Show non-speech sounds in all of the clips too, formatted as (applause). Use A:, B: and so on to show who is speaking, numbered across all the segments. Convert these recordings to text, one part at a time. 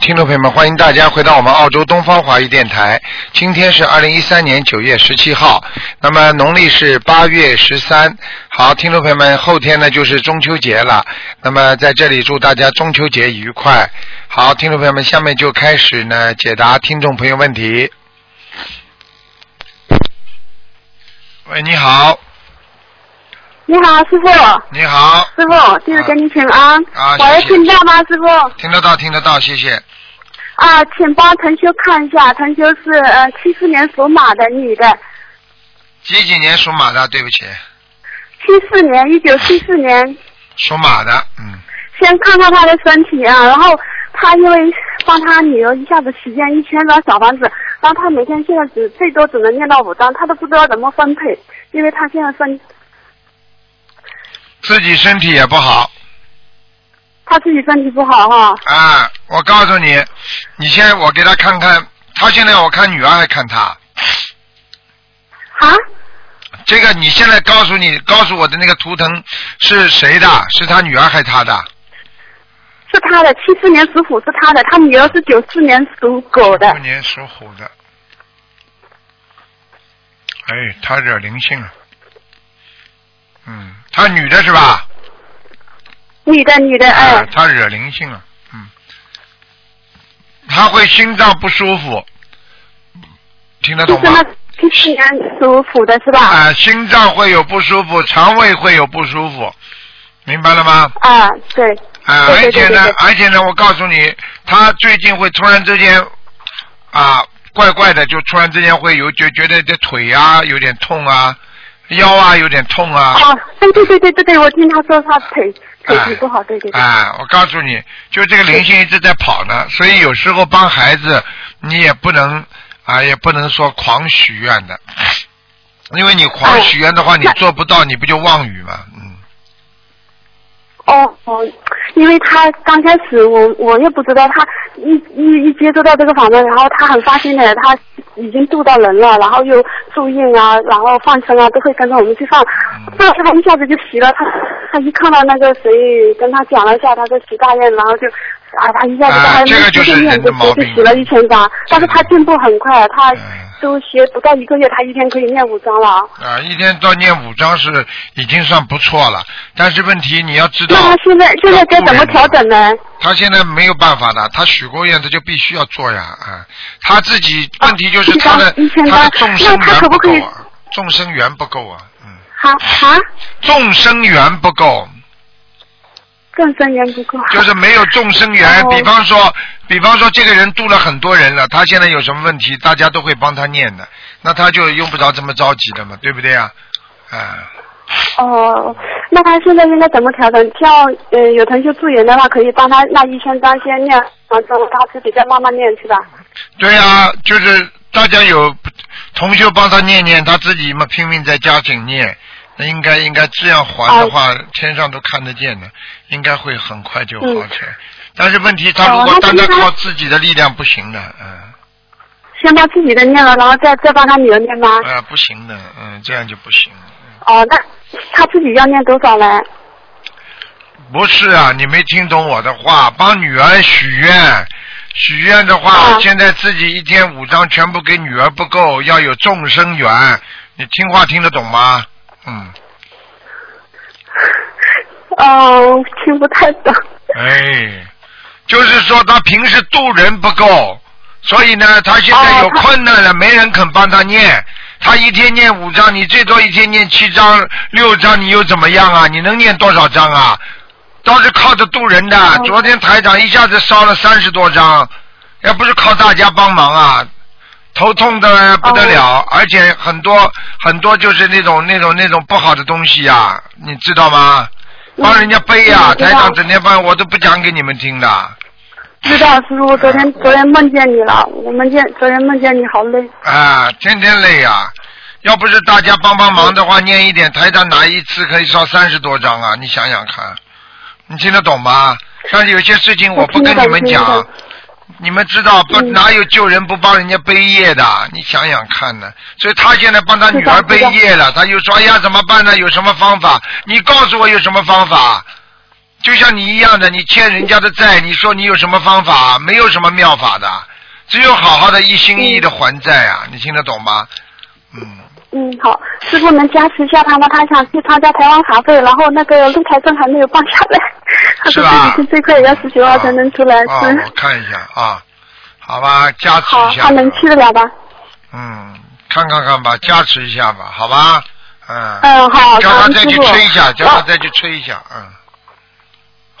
A: 听众朋友们，欢迎大家回到我们澳洲东方华语电台。今天是二零一三年九月十七号，那么农历是八月十三。好，听众朋友们，后天呢就是中秋节了，那么在这里祝大家中秋节愉快。好，听众朋友们，下面就开始呢解答听众朋友问题。喂，你好，
B: 你好，师傅。
A: 你好，
B: 师傅，弟子给你请安。
A: 啊谢谢
B: 喂，听到吗，师傅？
A: 听得到，听得到，谢谢。
B: 啊，请帮腾修看一下，腾修是呃七四年属马的女的，
A: 几几年属马的？对不起，
B: 七四年，一九七四年。
A: 属马的，嗯，
B: 先看看她的身体啊，然后她因为帮她女儿一下子许愿一千张小房子，然后她每天现在只最多只能念到五张，她都不知道怎么分配，因为她现在身
A: 自己身体也不好，
B: 她自己身体不好哈、
A: 啊，我告诉你，你现在我给他看看，他现在我看女儿还看他，
B: 啊。
A: 这个你现在告诉你告诉我的那个图腾是谁的？是他女儿还是他的？
B: 是她的，七四年属虎是她的，她女儿是九四年属狗的
A: 五。年属虎的。哎，他惹灵性了。嗯，他女的是吧？
B: 女的，女的，
A: 啊
B: 哎，，
A: 他惹灵性了，嗯，他会心脏不舒服，听得
B: 就
A: 懂
B: 是
A: 吗？
B: 那七四年属虎的是吧？
A: 啊、心脏会有不舒服，肠胃会有不舒服，明白了吗？
B: 啊，对，
A: 啊、
B: 对
A: 而
B: 对
A: 且
B: 对
A: 呢
B: 对对，
A: 而且呢，我告诉你，他最近会突然之间啊、怪怪的，就突然之间会有觉觉得这腿啊有点痛啊，腰啊有点痛啊。
B: 哦，对对对对对对，我听他说他腿腿
A: 哎
B: 腿不好，对对对，
A: 哎，我告诉你，就这个灵性一直在跑呢，所以有时候帮孩子，你也不能啊，也不能说狂许愿的，因为你狂
B: 哎
A: 许愿的话，你
B: 那
A: 做不到，你不就妄语吗？嗯，
B: 哦哦，因为他刚开始我我也不知道，他一一一接触到这个房子，然后他很发心的，他已经渡到人了，然后又助印啊，然后放生啊，都会跟着我们去放
A: 嗯，
B: 这他一下子就习了，他他一看到那个谁跟他讲了一下他在许大愿，然后就。啊，他一下子
A: 啊
B: 他
A: 这个就是
B: 念
A: 人的
B: 就
A: 毛
B: 就
A: 病
B: 许了一千张，但是他进步很快，他
A: 嗯
B: 都学不到一个月，他一天可以念五张了。
A: 啊，一天到念五章是已经算不错了，但是问题你要知道
B: 那，他现在现在该怎么调整呢？
A: 他现在没有办法的，他许过愿，他就必须要做呀啊，他自己问题就是他的、
B: 啊一千
A: 他
B: 八
A: 的众生
B: 那他
A: 缘
B: 可
A: 不
B: 不可以
A: 够啊，众生缘不够啊，嗯，
B: 哈哈，
A: 众生缘不够。
B: 更生缘不够。
A: 就是没有众生缘
B: 哦。
A: 比方说，比方说这个人度了很多人了，他现在有什么问题，大家都会帮他念的，那他就用不着这么着急的嘛，对不对啊？啊，
B: 哦，那他现在应该怎么调整？像呃有腾讯助缘的话，可以帮他那一千张先念，完之后他自己再慢慢念是吧？
A: 对啊，就是大家有同修帮他念念，他自己嘛拼命在加紧念。那应该应该这样还的
B: 啊
A: 话，天上都看得见的，应该会很快就好起来。但是问题，他如
B: 嗯哦
A: 果
B: 那
A: 单单
B: 其实
A: 靠自己的力量不行的，嗯，
B: 先把自己的念了，然后再再帮他女儿念吗？
A: 哎、不行的，嗯，这样就不行了。
B: 哦，那他自己要念多少呢？
A: 不是啊，你没听懂我的话，帮女儿许愿。许愿的话，
B: 啊
A: 现在自己一天五张全部给女儿不够，要有众生缘。你听话听得懂吗？嗯，
B: 哦，听不太懂。
A: 哎，就是说他平时度人不够，所以呢，他现在
B: 哦
A: 有
B: 他
A: 困难了，没人肯帮他念。他一天念五张，你最多一天念七张、六张，你又怎么样啊？你能念多少张啊？都是靠着渡人的。
B: 哦
A: 昨天台长一下子烧了三十多张，要不是靠大家帮忙啊，头痛的不得了，
B: 哦
A: 而且很多很多就是那种那种那种不好的东西呀、你知道吗？
B: 嗯
A: 帮人家背呀、
B: 嗯知
A: 台
B: 道
A: 长整天帮我都不讲给你们听的。
B: 知道师傅，我昨
A: 嗯
B: 天昨天梦见你了，我梦见昨天梦见你好累。
A: 啊，天天累呀、要不是大家帮帮忙的
B: 嗯
A: 话，念一点台长拿一次可以烧三十多张啊！你想想看，你听得懂吗？但是有些事情我不跟你们
B: 我听得
A: 讲
B: 懂，
A: 你们知道不？
B: 嗯
A: 哪有救人不帮人家背业的？你想想看呢。所以他现在帮他女儿
B: 知道
A: 背
B: 知道
A: 业了，他又说：“哎呀，怎么办呢？有什么方法？你告诉我有什么方法？”就像你一样的，你欠人家的债，
B: 嗯
A: 你说你有什么方法？没有什么妙法的，只有好好的一心一意的还债啊！你听得懂吗？嗯。
B: 嗯，好，师傅能加持一下他吗？他想去参加台湾茶会，然后那个露台证还没有办下来， (laughs) 他
A: 是
B: 说
A: 吧
B: 自己最快也要十九号才能出来。
A: 啊，
B: 嗯
A: 我，看一下啊，好吧，加持
B: 好，
A: 啊一下。
B: 他能去得了吧？
A: 嗯，看看看吧，加持一下吧，好吧，嗯。
B: 嗯，好，
A: 叫
B: 感
A: 他
B: 恩
A: 再
B: 师
A: 去
B: 傅。
A: 吹一下，叫他
B: 哦
A: 再去吹一下，嗯。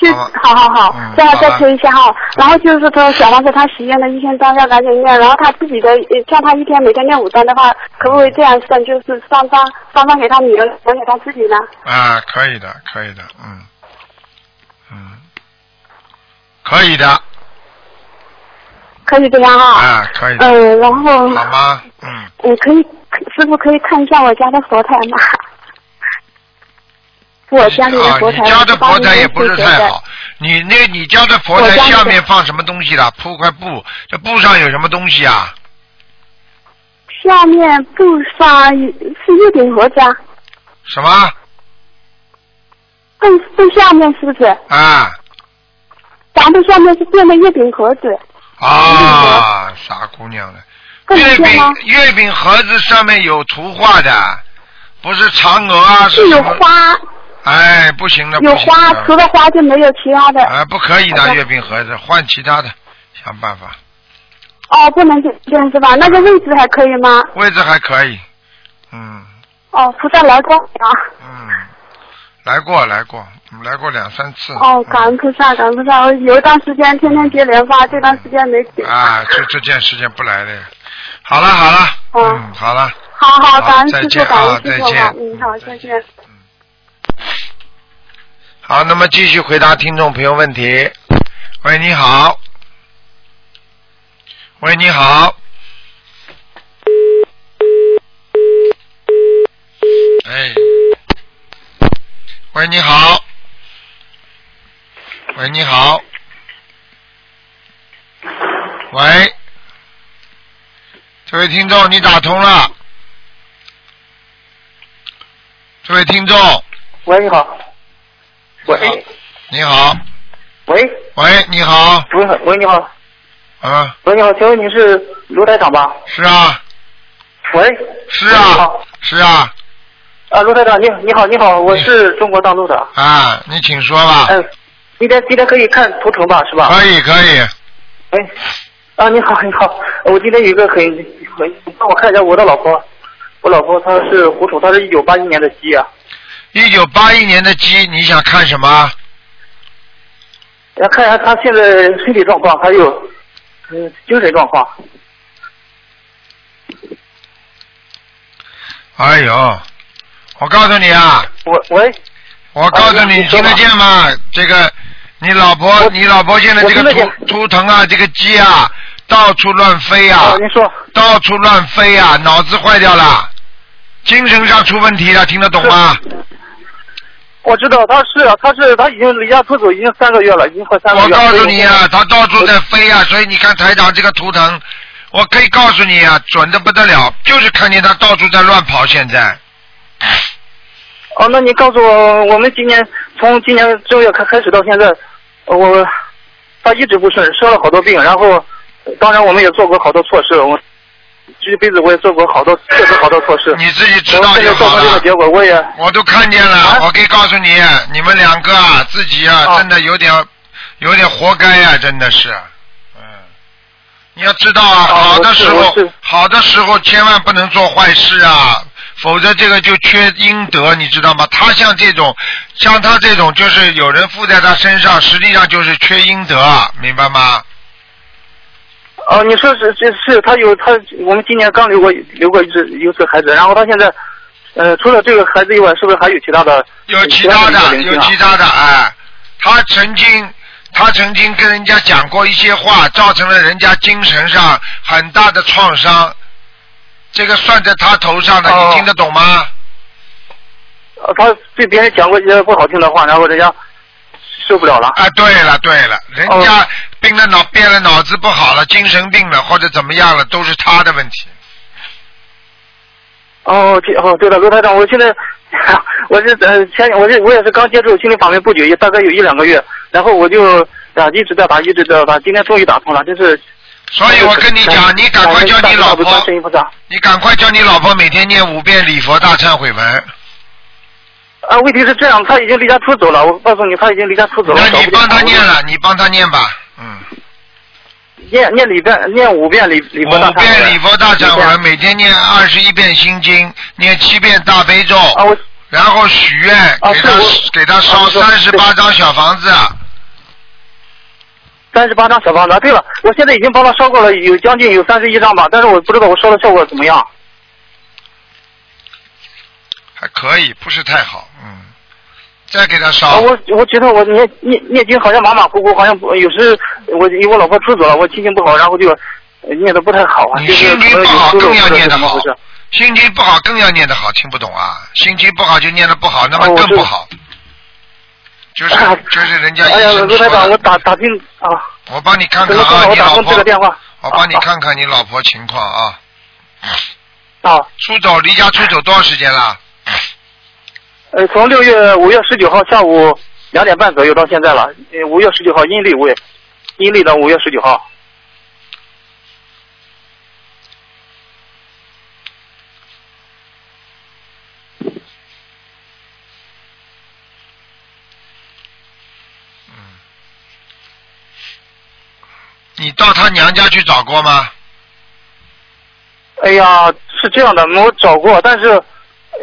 B: 就
A: 好吧
B: 好好好
A: 嗯，
B: 这样
A: 好
B: 再
A: 吧
B: 推一下哈。然后就是说，小王子他许愿的一千张要赶紧念，然后他自己的呃像他一天每天念五张的话，可不可以这样算？就是三张，三张给他女儿，两给他自己呢？
A: 啊，可以的，可以的，嗯，嗯，可以的，
B: 可以这样哈。
A: 啊，可以的，
B: 嗯，然后
A: 好吗？嗯，
B: 嗯，可以，师傅可以看一下我家的佛台
A: (laughs)
B: 吗？我家里的
A: 啊，
B: 佛
A: 你
B: 台，
A: 家的佛台也
B: 我
A: 不是
B: 帮您
A: 太
B: 修
A: 好，你那你家的佛
B: 我
A: 台
B: 家那
A: 下
B: 个
A: 面放什么东西了？铺块布，这布上有什么东西啊？
B: 学的。下面布上是一顶佛家，
A: 什么？
B: 更更下面是不是？
A: 啊
B: 咱们下面是垫了一顶盒子，嗯
A: 啊，傻姑娘了。
B: 更
A: 月
B: 见吗
A: 饼？月饼盒子上面有图画的，不是嫦娥啊，
B: 是
A: 什
B: 有
A: 么？
B: 花，
A: 哎，不行了，
B: 有
A: 不行
B: 花
A: 了，
B: 除了花就没有其他的。
A: 啊，不可以
B: 好
A: 的
B: 的
A: 月饼盒子，换其他的，想办法。
B: 哦，不能这样是吧？那个位置还可以吗？
A: 位置还可以，嗯
B: 哦，菩萨来过啊！
A: 嗯，来过来过，嗯来过两三次。
B: 哦，感恩菩萨，感恩菩萨。我有一段时间天天接莲花，这段时间没接。
A: 嗯啊，就这件事情不来了。好了好了，
B: 哦
A: 嗯，好了。
B: 好好，感恩
A: 好再
B: 师
A: 见
B: 傅，感
A: 啊
B: 恩师
A: 再
B: 傅
A: 见
B: 好，嗯，好，再见。
A: 好，那么继续回答听众朋友问题。喂，你好。喂，你好。哎。喂，你好。喂，你好。喂，这位听众，你打通了。这位听众，
C: 喂，你好。喂，
A: 你好。
C: 喂，
A: 喂，你好，
C: 主任好，喂，你好，
A: 啊，
C: 喂，你好，请问你是卢台长吧？
A: 是啊，
C: 喂，
A: 是
C: 喂你
A: 啊
C: 好，
A: 是啊，
C: 啊，卢台长，你你好，你好，我
A: 你
C: 是中国大陆的。
A: 啊，你请说吧，
C: 嗯，今天今天可以看图腾吧，是吧？
A: 可以可以，
C: 喂，啊，你好，你好，我今天有一个很很，你帮我看一下我的老婆，我老婆她是虎丑，她是一九八一年的鸡啊，
A: 一九八一年的鸡，你想看什么？
C: 要看一下她现在身体状况，还有嗯精神状况。
A: 哎呦，我告诉你啊，
C: 我喂，
A: 我告诉
C: 哎
A: 你，
C: 你说
A: 听
C: 吧
A: 得见吗？这个，你老婆，
C: 我
A: 你老婆现在
C: 我
A: 这
C: 听
A: 个
C: 得
A: 图
C: 见
A: 图腾啊，这个鸡啊，到处乱飞啊
C: 啊，，您说
A: 到处乱飞啊，脑子坏掉了，精神上出问题了，听得懂吗？
C: 我知道他是啊，他是他已经离家出走已经三个月了，已经快三个
A: 我
C: 月了。
A: 告诉你啊，它到处
C: 我
A: 在飞啊，所以你看台长这个图腾，我可以告诉你啊，准的不得了，就是看见它到处在乱跑。现在
C: 哦，那你告诉我，我们今年从今年正月开开始到现在，呃我他一直不顺，生了好多病，然后呃当然我们也做过好多措施，我这辈子我也做过好多，确实好多措施。
A: 你自己知
C: 我
A: 道
C: 现
A: 就
C: 在造
A: 好
C: 成这个
A: 了。
C: 结果，我也
A: 我都看见了
C: 啊，
A: 我可以告诉你，你们两个啊，自己啊，
C: 哦
A: 真的有点，有点活该呀、真的是。嗯，你要知道啊，
C: 哦
A: 好的
C: 我是
A: 时候
C: 我是，
A: 好的时候千万不能做坏事啊，否则这个就缺阴德，你知道吗？他像这种，像他这种，就是有人附在他身上，实际上就是缺阴德，明白吗？
C: 哦，你说是这是他有他，我们今年刚留过留过一次一次孩子，然后他现在呃除了这个孩子以外，是不是还有其他的？
A: 有其他
C: 的
A: 的，
C: 灵性
A: 有
C: 啊
A: 其他的，哎，他曾经，他曾经跟人家讲过一些话，造成了人家精神上很大的创伤，这个算在他头上的，
C: 哦
A: 你听得懂吗？
C: 呃，他对别人讲过一些不好听的话，然后人家受不了了。
A: 啊，对了对了，人家病了脑变了脑子不好了，精神病了或者怎么样了，都是他的问题。
C: 哦，这哦，对了，罗台长，我现在 (laughs) 我我是呃前我是我也是刚接触心理法门不久，也大概有一两个月，然后我就啊一直在打，一直在打，今天终于打通了，真是。
A: 所以我跟你讲，你赶快叫你老婆，
C: 声音不大。
A: 你赶快叫你老婆每天念五遍礼佛大忏悔文。
C: 啊，问题是这样，他已经离家出走了。我告诉你，他已经离家出走了。
A: 那你帮他念
C: 了，
A: 了，你帮他念吧，嗯，
C: 念念里边念五遍礼礼佛大
A: 五
C: 忏悔
A: 遍礼佛大忏悔
C: 一
A: 文，
C: 遍
A: 每天念二十一遍心经，念七遍大悲咒，
C: 啊，我
A: 然后许愿
C: 啊
A: 给他
C: 对我
A: 给他烧
C: 啊对
A: 三十八张小房子，啊
C: 三十八张小房子。啊对了，我现在已经帮他烧过了，有将近有三十一张吧，但是我不知道我烧的效果怎么样。
A: 还可以，不是太好，嗯，再给他
C: 啊，
A: 烧，
C: 我我觉得我念念念经好像马马虎虎，好像不有时我因为我老婆出走了，我心情不好，然后就呃念的不太好啊。
A: 你
C: 就是
A: 心情不
C: 可能有
A: 好
C: 疏漏
A: 更要
C: 或者
A: 念得
C: 怎么
A: 好
C: 回事
A: 心情不好更要念得好，听不懂啊？心情不好就念得不好，那么
C: 哦我
A: 更
C: 知
A: 不
C: 道
A: 好。就是
C: 啊
A: 就是人家医
C: 哎呀，
A: 生
C: 卢
A: 说
C: 台长，我
A: 的，
C: 打打听啊，
A: 我帮你看
C: 怎
A: 看
C: 么说
A: 啊，
C: 呢？我
A: 你
C: 打
A: 老
C: 通这
A: 婆
C: 个，电话
A: 我帮你
C: 啊
A: 看看你老婆情况啊。
C: 啊，
A: 出走离家出走多少时间了？
C: 呃，从六月五月十九号下午两点半左右到现在了，呃，五月十九号阴历五月，阴历的五月十九号。
A: 嗯你到他娘家去找过吗？
C: 哎呀，是这样的，我找过，但是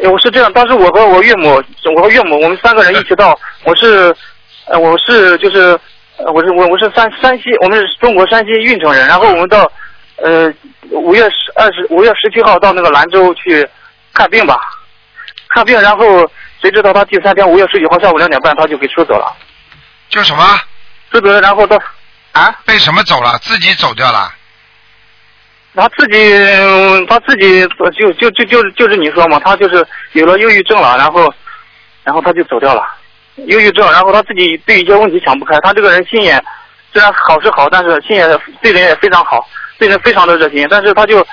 C: 呃我是这样，当时我和我岳母，我和岳母，我们三个人一起到，我是，呃，我是就是，呃，我是我我是山山西，我们是中国山西运城人，然后我们到，呃，五月十二十五月十七号到那个兰州去看病吧，看病，然后谁知道他第三天五月十九号下午两点半他就给出走了，
A: 就什么
C: 出走了，然后到，啊，
A: 被什么走了？自己走掉了？
C: 他自己，嗯他自己呃就就就就就是你说嘛，他就是有了忧郁症了，然后，然后他就走掉了，忧郁症，然后他自己对一些问题想不开，他这个人心眼虽然好是好，但是心眼对人也非常好，对人非常的热心，但是他就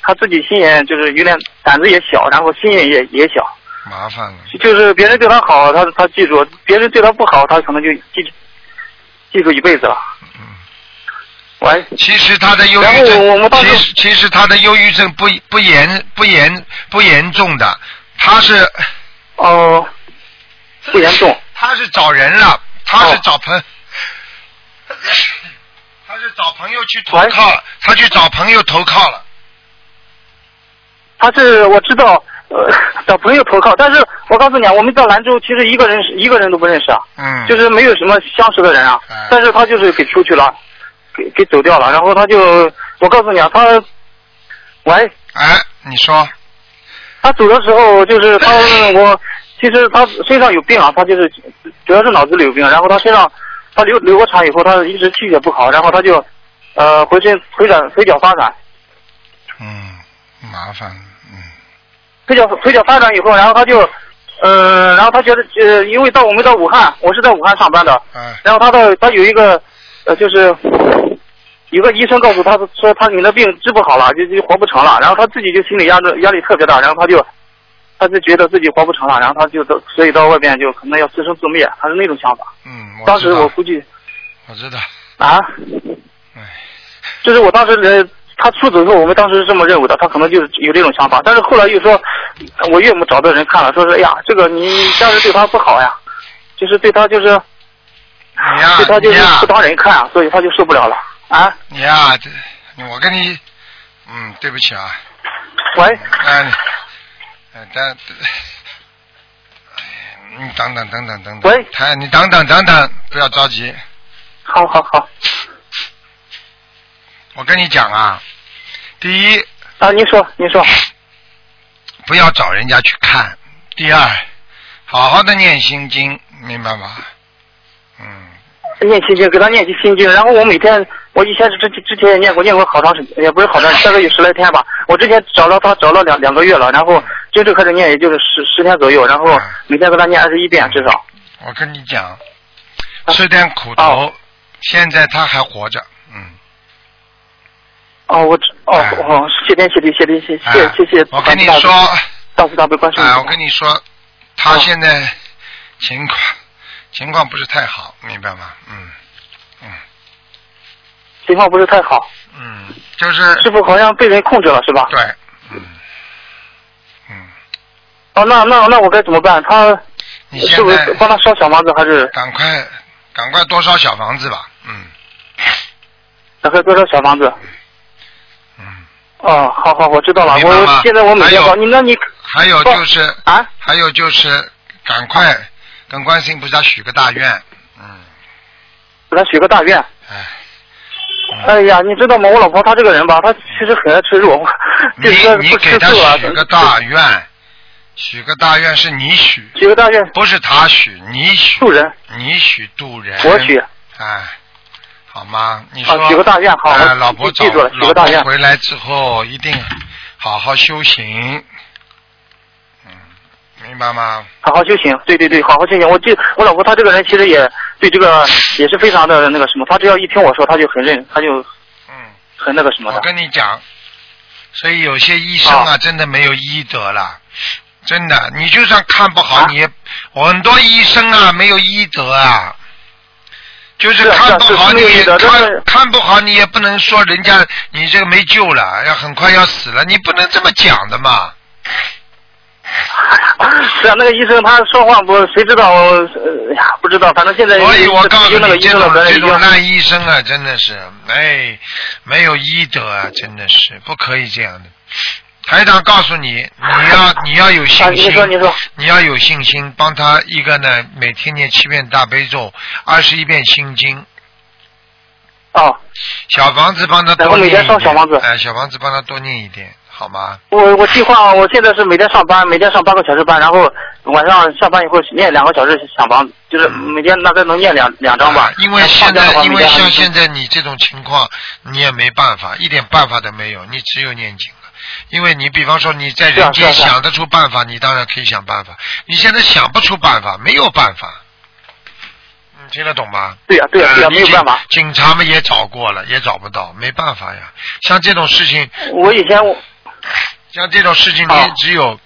C: 他自己心眼就是有点胆子也小，然后心眼也也小，
A: 麻烦了。
C: 就是别人对他好，他他记住；别人对他不好，他可能就记记住一辈子了。喂，
A: 嗯其实他的忧郁
C: 然后我
A: 症
C: 们，当
A: 其
C: 时
A: 实其实他的忧郁症不不严不严不严重的，他是
C: 哦、不严重。
A: 他是找人了，他是
C: 哦
A: 找
C: (laughs)
A: 朋，他是找朋友去投靠了，他去找朋友投靠了。
C: 他是我知道，呃， (laughs) 找朋友投靠，但是我告诉你啊，我们到兰州其实一个人是一个人都不认识啊，
A: 嗯，
C: 就是没有什么相识的人啊
A: 嗯，
C: 但是他就是给出去了，给给走掉了，然后他就，我告诉你啊，他，喂，
A: 哎，你说
C: 他走的时候就是他
A: (laughs)
C: 我，其实他身上有病啊，他就是主要是脑子里有病，然后他身上他流流过产以后，他一直气血不好，然后他就，呃，浑身腿脚腿脚发软，
A: 嗯，麻烦了，嗯，
C: 腿脚腿脚发展以后，然后他就，呃，然后他觉得，呃，因为到我们到武汉，我是在武汉上班的，
A: 哎，
C: 然后他的他有一个，呃，就是有个医生告诉他说他你的病治不好了，就就活不成了，然后他自己就心理压力压力特别大，然后他就，他就觉得自己活不成了，然后他就到所以到外边就可能要自生自灭，他是那种想法。
A: 嗯，我
C: 当
A: 知
C: 时
A: 道
C: 我估计
A: 我知道，
C: 啊，
A: 哎，
C: 就是我当时呃，他出走之后，我们当时是这么认为的，他可能就是有这种想法。但是后来又说，呃我岳母找的人看了，说是哎呀，这个你家人对他不好呀，就是对他就是，啊
A: 你呀
C: 对他就
A: 你
C: 是
A: 呀
C: 不当人看啊，所以他就受不了了啊。
A: 你呀、这我跟你，嗯，对不起啊，
C: 喂，
A: 哎，哎，但， (laughs) 哎你等等等等等等，
C: 喂
A: 他，你等等等等，不要着急，
C: 好好好
A: 我跟你讲啊，第一，
C: 啊，您说您说，
A: 不要找人家去看；第二，好好的念心经，明白吗？嗯，
C: 念心经，给他念起心经，然后我每天我以前是之之前也念过，念过好长时间，也不是好长，大概有十来天吧。我之前找了他找了两两个月了，然后真正开始念也就是十十天左右，然
A: 嗯
C: 后每天给他念二十一遍至少。
A: 我跟你讲，
C: 啊
A: 吃点苦头，现在他还活着，嗯。
C: 哦，我知哦
A: 哎
C: 哦，谢天谢地谢地谢谢
A: 哎
C: 谢谢谢，
A: 我跟你
C: 大慈大悲
A: 说，
C: 大慈大悲观世音
A: 哎，
C: 菩
A: 我
C: 萨
A: 跟你说，他现在情况情况不是太好，明白吗？嗯
C: 情况不是太好。
A: 嗯，就是
C: 师傅好像被人控制了，是吧？
A: 对，嗯
C: 哦，那那那我该怎么办？他
A: 你
C: 是
A: 现
C: 不
A: 在
C: 是帮他烧小房子，还是
A: 赶快赶快多烧小房子吧，嗯。
C: 打开多少小房子？嗯。哦，好好，我知道了。
A: 明白吗
C: 我现在我每天
A: 还有
C: 帮你，那你
A: 还有就是
C: 啊，
A: 还有就是赶快跟观世音菩萨许个大愿，嗯
C: 给他许个大愿。哎呀，你知道吗？我老婆她这个人吧，她其实很爱吃
A: (laughs)
C: 肉，
A: 你
C: 就是说
A: 你
C: 不
A: 给
C: 吃
A: 他
C: 素啊。
A: 许个大愿，许个大愿是你许，
C: 许个大愿
A: 不是他许，你许
C: 渡人，
A: 你许渡人，
C: 我许，
A: 哎，好吗？你说、
C: 啊，许个大愿，好，
A: 哎，
C: 我
A: 老婆找
C: 记记住了，许个大
A: 老
C: 愿
A: 婆。回来之后一定好好修行，嗯，明白吗？
C: 好好修行，对对对，好好修行。我这我老婆她这个人其实也对这个也是非常的那个什么，她只要一听我说，她就很认，她就
A: 嗯，
C: 很那个什么
A: 我
C: 的。
A: 跟你讲，所以有些医生啊，真的没有医德了。真的，你就算看不
C: 啊
A: 好，你也很多医生啊没有医德啊，就是
C: 是啊
A: 看不
C: 是啊
A: 好
C: 是
A: 你
C: 没有医德但
A: 看
C: 是
A: 看不好你也不能说人家你这个没救了，要很快要死了，你不能这么讲的嘛。
C: (laughs) 是啊，那个医生他说话不，谁知道？呃呀，不知道，反正现在
A: 所以我告诉
C: 因为那个
A: 你，
C: 医
A: 这
C: 生
A: 种
C: 的
A: 这
C: 责任已经
A: 种烂医生啊，真的是，哎，没有医德啊，真的是不可以这样的。台长告诉你，你要你要有
C: 啊，
A: 信
C: 你
A: 心
C: 说，你说，
A: 你要有信心，帮他一个呢，每天念七遍大悲咒，二十一遍心经，
C: 哦，
A: 小房子帮他
C: 然
A: 多
C: 后
A: 念
C: 每
A: 一点。
C: 天烧小房子
A: 哎，小房子帮他多念一点，好吗？
C: 我我计划我现在是每天上班，每天上八个小时班，然后晚上下班以后念两个小时想房，就是每天大概能念两两张吧
A: 啊。因为
C: 然后
A: 现
C: 放假的
A: 在，
C: 话
A: 因
C: 每
A: 为
C: 天还
A: 像
C: 能
A: 现在你这种情况，你也没办法，一点办法都没有，你只有念经了。因为你比方说你在
C: 是啊
A: 人间
C: 是啊是啊
A: 想得出办法，你当然可以想办法。你现在想不出办法，没有办法。你听得懂吗？
C: 对呀、对呀、对呀、
A: 呃
C: 没有办法。
A: 警警察们也找过了，也找不到，没办法呀。像这种事情，
C: 我以前我
A: 像这种事情，
C: 啊
A: 你只有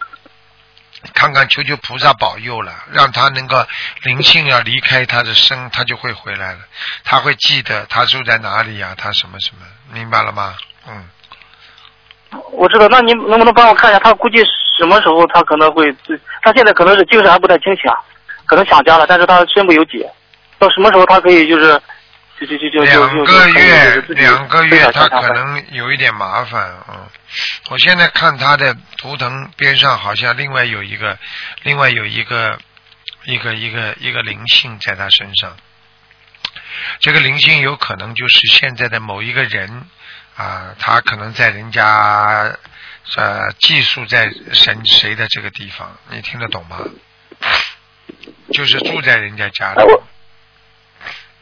A: 看看求求菩萨保佑了，让他能够灵性要离开他的身，他就会回来了。他会记得他住在哪里呀、他什么什么，明白了吗？嗯，
C: 我知道，那你能不能帮我看一下？他估计什么时候他可能会自，他现在可能是精神还不太清醒，啊可能想家了，但是他身不由己。到什么时候他可以就是，就就就就就
A: 两个月，两个月他可。
C: 就就自己分享一下想法
A: 能有一点麻烦。嗯，我现在看他的图腾边上好像另外有一个，另外有一个，一个一个一个灵性在他身上。这个灵性有可能就是现在的某一个人啊，他可能在人家呃寄宿在神谁的这个地方，你听得懂吗？就是住在人家家里
C: 哎，我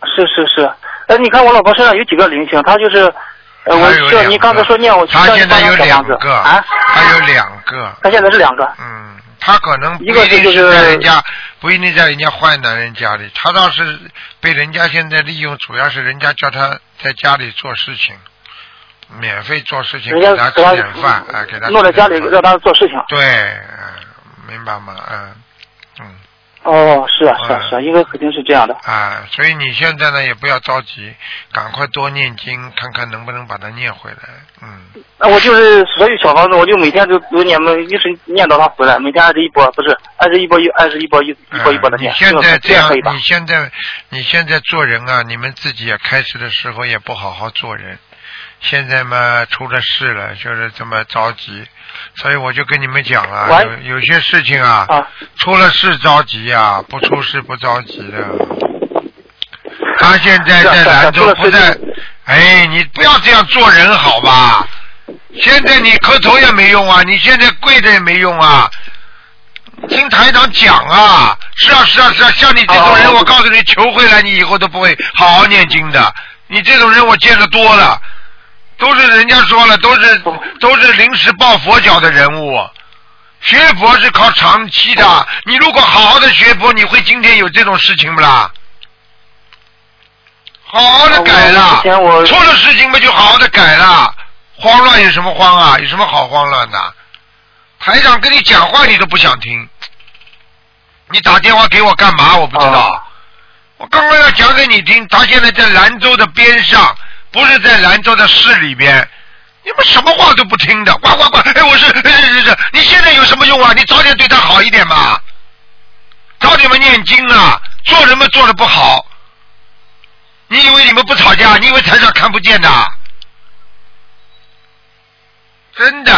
C: 是是是，哎，你看我老婆身上有几个灵性，她就是，
A: 他
C: 呃，我
A: 有
C: 需要
A: 两
C: 你刚才
A: 个
C: 说念我需
A: 他
C: 要你
A: 现在
C: 帮
A: 有
C: 小
A: 两
C: 房子
A: 个，
C: 啊，
A: 他有两个，
C: 她现在是两个，
A: 嗯，他可能不
C: 一个
A: 一定
C: 就是
A: 是在人家，不一定在人家坏男人家里，他倒是被人家现在利用，主要是人家叫他在家里做事情，免费做事情，
C: 人
A: 给
C: 家
A: 吃
C: 给她
A: 点饭，哎，给他
C: 弄在
A: 吃点
C: 家里
A: 饭
C: 让她做事情。
A: 对，嗯明白吗？嗯，嗯。
C: 哦，是啊是啊是啊，
A: 嗯
C: 应该肯定是这样的。
A: 啊，所以你现在呢也不要着急，赶快多念经，看看能不能把它念回来。嗯，
C: 那我就是所有小房子，我就每天都都念嘛，一直念到他回来，每天二十一波，不是二十一波一二十一波一一波一波的念
A: 嗯哎你，现在这
C: 这样
A: 样
C: 可以，吧
A: 你？现在你现在做人啊，你们自己也开始的时候也不好好做人，现在嘛出了事了，就是这么着急，所以我就跟你们讲啊，
C: 喂
A: 有有些事情啊，
C: 啊，
A: 出了事着急啊，不出事不着急的。他现在在
C: 是啊
A: 兰
C: 是
A: 州不
C: 啊出了
A: 在
C: 事，
A: 哎，你不要这样做人好吧？现在你磕头也没用啊，你现在跪着也没用啊。听台长讲啊，是啊是啊是啊，像你这种人，
C: 哦
A: 我告诉你，求回来你以后都不会好好念经的。你这种人我见得多了，都是人家说了，都是都是临时抱佛脚的人物。学佛是靠长期
C: 哦
A: 的，你如果好好的学佛，你会今天有这种事情不啦？好好的改
C: 哦
A: 了
C: 我之，前我
A: 出了事情不就好好的改了？慌乱有什么慌啊？有什么好慌乱的？台长跟你讲话你都不想听，你打电话给我干嘛？我不知道。
C: 哦
A: 我刚刚要讲给你听，他现在在兰州的边上，不是在兰州的市里边。你们什么话都不听的，呱呱呱！哎，我是是是是，你现在有什么用啊？你早点对他好一点嘛，早点嘛念经啊！做人嘛做的不好，你以为你们不吵架？你以为台上看不见的？真的，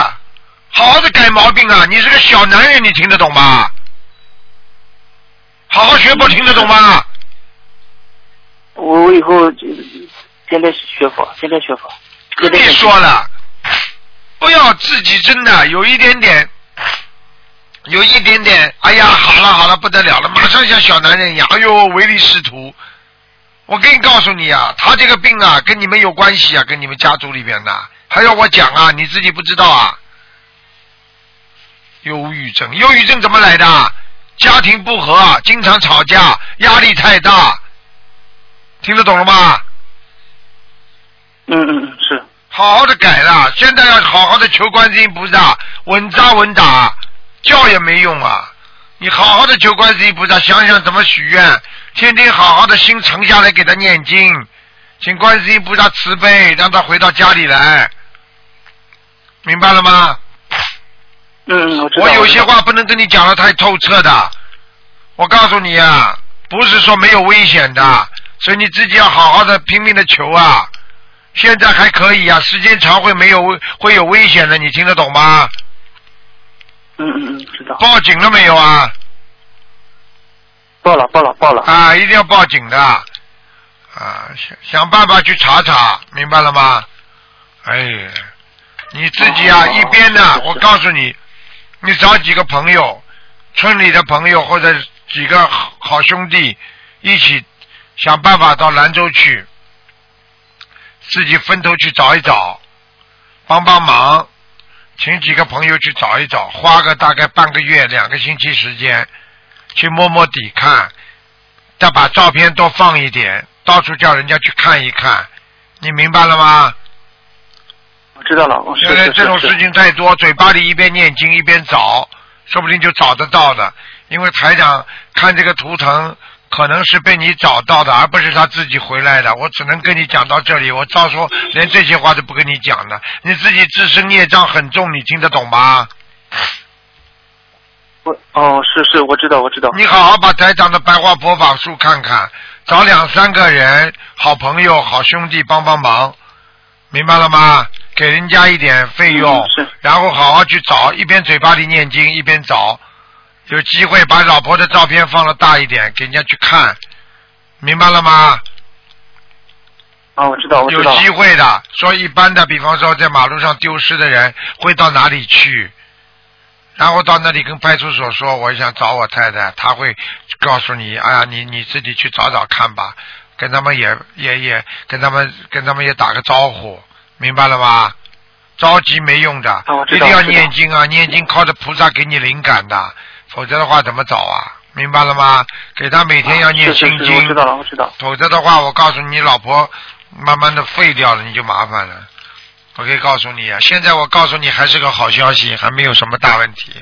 A: 好好的改毛病啊！你是个小男人，你听得懂吗？好好学佛，听得懂吗？
C: 我我以后就天天学佛，天天学佛。
A: 跟你说了，不要自己真的有一点点，有一点点，哎呀，好了好了，不得了了，马上像小男人一样，哎呦，唯利是图。我跟你告诉你啊，他这个病啊，跟你们有关系啊，跟你们家族里边的，还要我讲啊，你自己不知道啊。忧郁症，忧郁症怎么来的？家庭不和啊，经常吵架，压力太大，听得懂了吗？
C: 嗯嗯嗯，是。
A: 好好的改了，现在要好好的求观世音菩萨，稳扎稳打，叫也没用啊！你好好的求观世音菩萨，想想怎么许愿，天天好好的心沉下来给他念经，请观世音菩萨慈悲，让他回到家里来，明白了吗？
C: 嗯，嗯我知道。
A: 我有些话不能跟你讲的太透彻的，我告诉你啊，不是说没有危险的，所以你自己要好好的拼命的求啊。现在还可以啊，时间长会没有会有危险的，你听得懂吗？
C: 嗯嗯嗯，知道。
A: 报警了没有啊？
C: 报了报了报了。
A: 啊，一定要报警的，啊，想想办法去查查，明白了吗？哎，你自己啊，
C: 哦
A: 一边呢、
C: 是是
A: 我告诉你，你找几个朋友，村里的朋友或者几个好好兄弟，一起想办法到兰州去，自己分头去找一找，帮帮忙，请几个朋友去找一找，花个大概半个月、两个星期时间，去摸摸底看，再把照片多放一点，到处叫人家去看一看，你明白了吗？
C: 我知道了，我是
A: 现在
C: 是
A: 这种
C: 是
A: 事情太多，嘴巴里一边念经一边找，说不定就找得到的。因为台长看这个图腾，可能是被你找到的，而不是他自己回来的。我只能跟你讲到这里，我照说连这些话都不跟你讲了。你自己自身业障很重，你听得懂吗？
C: 我哦，是是，我知道我知道。
A: 你好好把台长的白话佛法书看看，找两三个人，好朋友、好兄弟帮帮忙，明白了吗？给人家一点费用，
C: 嗯是
A: 然后好好去找，一边嘴巴里念经，一边找。有机会把老婆的照片放的大一点，给人家去看，明白了吗？
C: 啊，我知道我
A: 有
C: 知道。
A: 机会的，说一般的，比方说在马路上丢失的人会到哪里去，然后到那里跟派出所说，我想找我太太，他会告诉你，哎呀，你你自己去找找看吧，跟他们也也也跟他们跟他们也打个招呼，明白了吗？着急没用的，
C: 啊我知
A: 一
C: 道
A: 定要
C: 我知道
A: 念经啊！念经靠着菩萨给你灵感的，否则的话怎么找啊？明白了吗？给他每天要念
C: 是
A: 心
C: 啊是是，
A: 经，
C: 我知道了我知道。
A: 否则的话，我告诉你，老婆慢慢的废掉了，你就麻烦了。我可以告诉你啊，现在我告诉你还是个好消息，还没有什么大问题。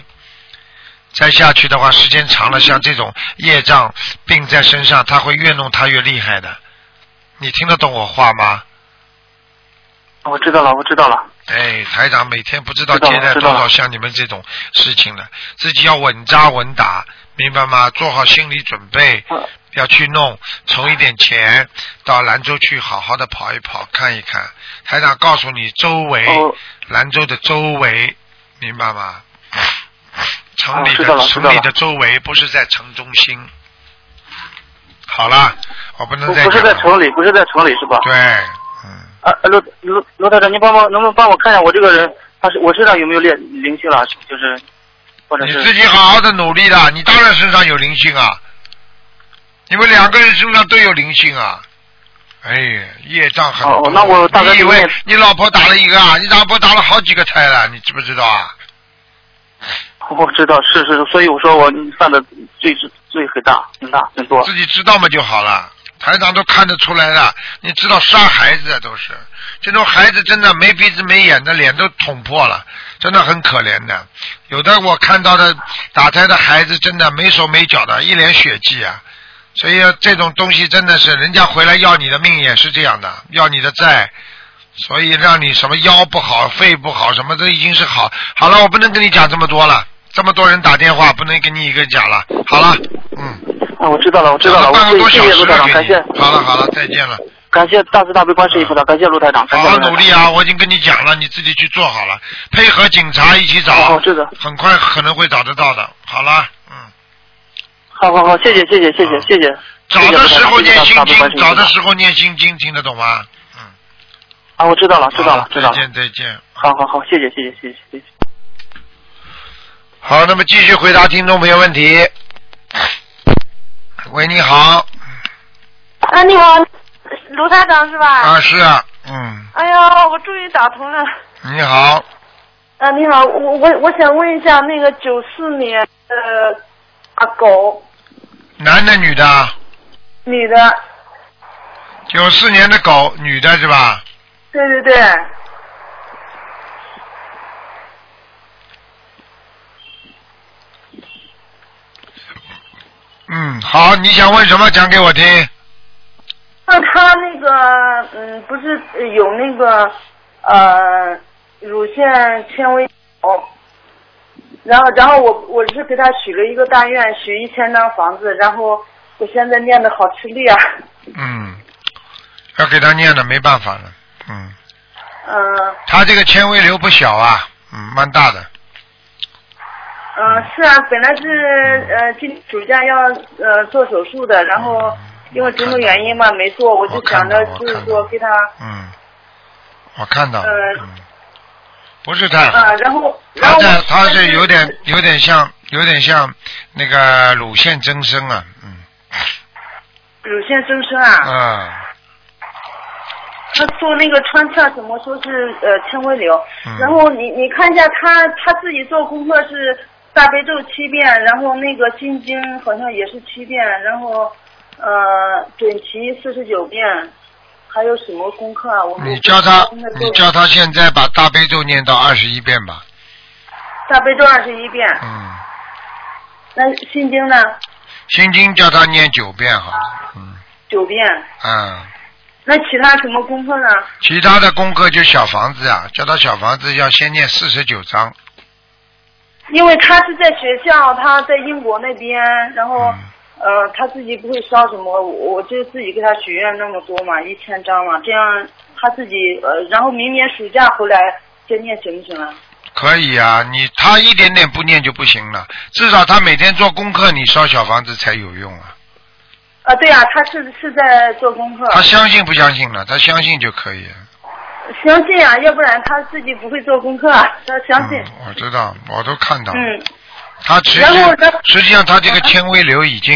A: 再下去的话，时间长了，像这种业障病在身上，它会越弄它越厉害的。你听得懂我话吗？
C: 我知道了我知道了。
A: 哎，台长每天不知道
C: 知道
A: 接待
C: 了知
A: 多
C: 道
A: 少
C: 了
A: 像你们这种事情了，自己要稳扎稳打，明白吗？做好心理准备，
C: 嗯
A: 要去弄，筹一点钱到兰州去好好的跑一跑，看一看。台长告诉你周围，
C: 哦
A: 兰州的周围，明白吗？城里
C: 哦知
A: 的、
C: 道了知道
A: 城
C: 了
A: 里的周围不是在城中心。好了，我不能
C: 不
A: 再
C: 不是
A: 讲
C: 在
A: 了。
C: 城里，不是在城里是吧？
A: 对，嗯，
C: 啊，啊罗罗罗台长，您帮忙能不能帮我看一下我这个人，他是我身上有没有练灵性了？就是或者
A: 你
C: 是
A: 自己好好的努力啦，你当然身上有灵性啊，你们两个人身上都有灵性啊。哎呀，业障很多。
C: 哦那我大概
A: 你以
C: 就
A: 为
C: 念
A: 你老婆打了一个啊？你老婆打了好几个胎了，你知不知道啊？
C: 我知道是是，是所以我说我犯的罪是罪很大很大很多。
A: 自己知道嘛就好了。台长都看得出来了。你知道杀孩子啊都是，这种孩子真的没鼻子没眼的，脸都捅破了，真的很可怜的。有的我看到的打胎的孩子，真的没手没脚的，一脸血迹啊。所以这种东西真的是，人家回来要你的命也是这样的，要你的债，所以让你什么腰不好、肺不好，什么都已经是好。好了，我不能跟你讲这么多了，这么多人打电话，不能跟你一个人讲了。好了，嗯，
C: 啊，我知道了，我知道了，
A: 半
C: 我
A: 个多
C: 谢
A: 小
C: 谢
A: 时
C: 卢台
A: 了
C: 长，
A: 给
C: 感谢
A: 你。好了好了，再见了，
C: 感谢大慈大悲观世音菩萨，感谢卢台长，感
A: 好
C: 谢
A: 好
C: 卢台长
A: 努力啊！我已经跟你讲了，你自己去做好了，配合警察一起
C: 好，
A: 找
C: 我，知道，
A: 很快可能会找得到的。好了，嗯。
C: 好好好，谢谢谢谢谢
A: 啊
C: 谢谢谢。
A: 找的时候念心
C: 谢谢卢台长谢谢大
A: 经，
C: 慈大悲观世音菩萨
A: 找的时候念心经，听得懂吗？嗯，
C: 啊，我知道了，知道了
A: 好，
C: 知道
A: 再
C: 了。
A: 见，再见。
C: 好好好，谢谢，谢谢，谢谢，谢谢。
A: 好，那么继续回答听众朋友问题。喂，你好，
D: 啊，你好，卢台长是吧？
A: 啊，是啊，嗯，
D: 哎呀，我终于打通了。
A: 你好，
D: 啊，你好，我我我想问一下那个九四年呃，啊狗
A: 男的女的？
D: 女的，
A: 九四年的狗，女的是吧？
D: 对对对，
A: 嗯，好，你想问什么讲给我听？
D: 那她那个嗯，不是有那个呃乳腺纤维瘤，然后然后我我是给她许了一个大愿，许一千张房子，然后我现在念的好吃力啊，
A: 嗯，要给他念的，没办法了。嗯，
D: 嗯、
A: 他这个纤维瘤不小啊，嗯，蛮大的。
D: 嗯，是啊，本来是呃今暑假要呃做手术的，然后
A: 嗯
D: 因为种种原因嘛没做，我就想着就是说给他
A: 嗯，我看到了，
D: 呃
A: 嗯，不是太好。
D: 啊，然后然
A: 嗯他
D: 后
A: 在
D: 我
A: 他是有点有点像有点像那个乳腺增生啊，嗯
D: 乳腺增生啊，
A: 啊
D: 他做那个穿刺啊什么说是呃纤维瘤
A: 嗯，
D: 然后你你看一下他他自己做功课是大悲咒七遍，然后那个心经好像也是七遍，然后呃准提四十九遍，还有什么功课啊？我没
A: 你叫他
D: 功课做
A: 你叫他现在把大悲咒念到二十一遍吧，
D: 大悲咒二十一遍。
A: 嗯，
D: 那心经呢？
A: 心经叫他念九遍好了，嗯
D: 九遍。
A: 啊，
D: 那其他什么功课呢？
A: 其他的功课就小房子啊，叫他小房子要先念四十九章，
D: 因为他是在学校，他在英国那边，然后、
A: 嗯
D: 呃他自己不会烧什么，我我就自己给他许愿那么多嘛，一千张嘛，这样他自己呃，然后明年暑假回来再念行不行啊？
A: 可以啊，你他一点点不念就不行了，至少他每天做功课，你烧小房子才有用啊。
D: 啊，对啊，他是是在做功课，
A: 他相信不相信了？他相信就可以了。
D: 相信啊，要不然他自己不会做功课啊，他相信，
A: 嗯。我知道，我都看到了。
D: 嗯
A: 他实际
D: 然后
A: 上
D: 他
A: 实际上他这个纤维瘤已经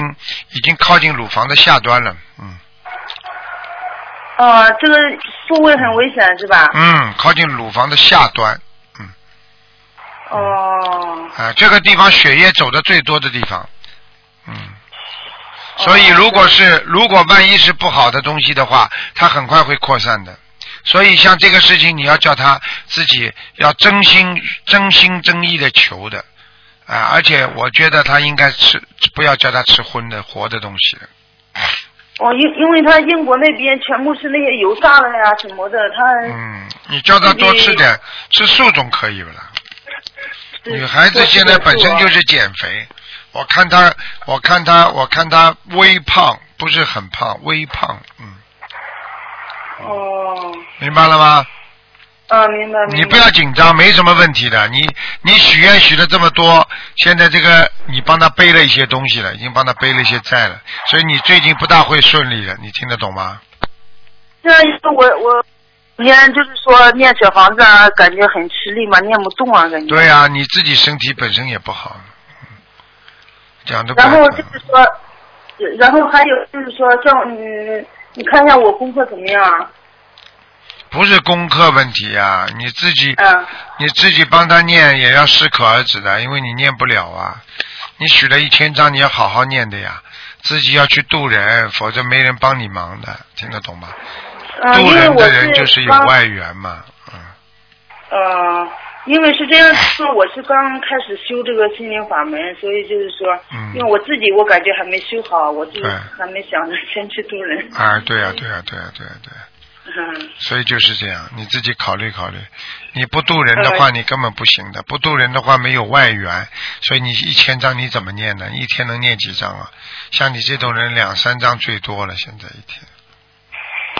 A: 已经靠近乳房的下端了，嗯
D: 啊、这个部位很危险是吧？
A: 嗯，靠近乳房的下端嗯
D: 哦、
A: 啊、这个地方血液走的最多的地方，嗯。所以，
D: 哦
A: 如果是如果万一是不好的东西的话，它很快会扩散的。所以，像这个事情，你要叫他自己要真心真心真意的求的啊！而且，我觉得他应该吃，不要叫他吃荤的、活的东西了。
D: 哦，因因为他英国那边全部是那些油炸的呀什么的，他
A: 嗯，你叫他多吃点，吃素总可以不啦？
D: 是
A: 女孩子现在本身就是减肥，我看她，我看她，我看她微胖，不是很胖，微胖，嗯，
D: 哦，
A: 明白了吗？
D: 啊，明白明白。
A: 你不要紧张，没什么问题的。你你许愿许了这么多，现在这个你帮她背了一些东西了，已经帮她背了一些债了，所以你最近不大会顺利了，你听得懂吗？
D: 这样一个我我念就是说念小房子啊，感觉很吃力嘛，念不动啊，感觉。
A: 对呀、你自己身体本身也不好，嗯讲都不
D: 然后
A: 好
D: 就是说，然后还有就是说，像嗯，你看一下我功课怎么样啊？
A: 不是功课问题啊，你自己、
D: 嗯，
A: 你自己帮他念也要适可而止的，因为你念不了啊。你许了一千张，你要好好念的呀。自己要去渡人，否则没人帮你忙的，听得懂吗？
D: 嗯，
A: 渡
D: 因为
A: 人
D: 我
A: 的人就是有
D: 刚
A: 外援嘛，嗯，
D: 嗯，因为是这样，就是我是刚开始修这个心灵法门，所以就是说，
A: 嗯
D: 因为我自己我感觉还没修好，我自己
A: 对
D: 还没想着 (laughs) 先去渡人。
A: 啊，对呀、对呀、对呀、对呀、对呀、啊
D: 嗯，
A: 所以就是这样，你自己考虑考虑。你不渡人的话，
D: 呃
A: 你根本不行的。不渡人的话，没有外援，所以你一千张你怎么念呢？一天能念几张啊？像你这种人，两三张最多了，现在一天。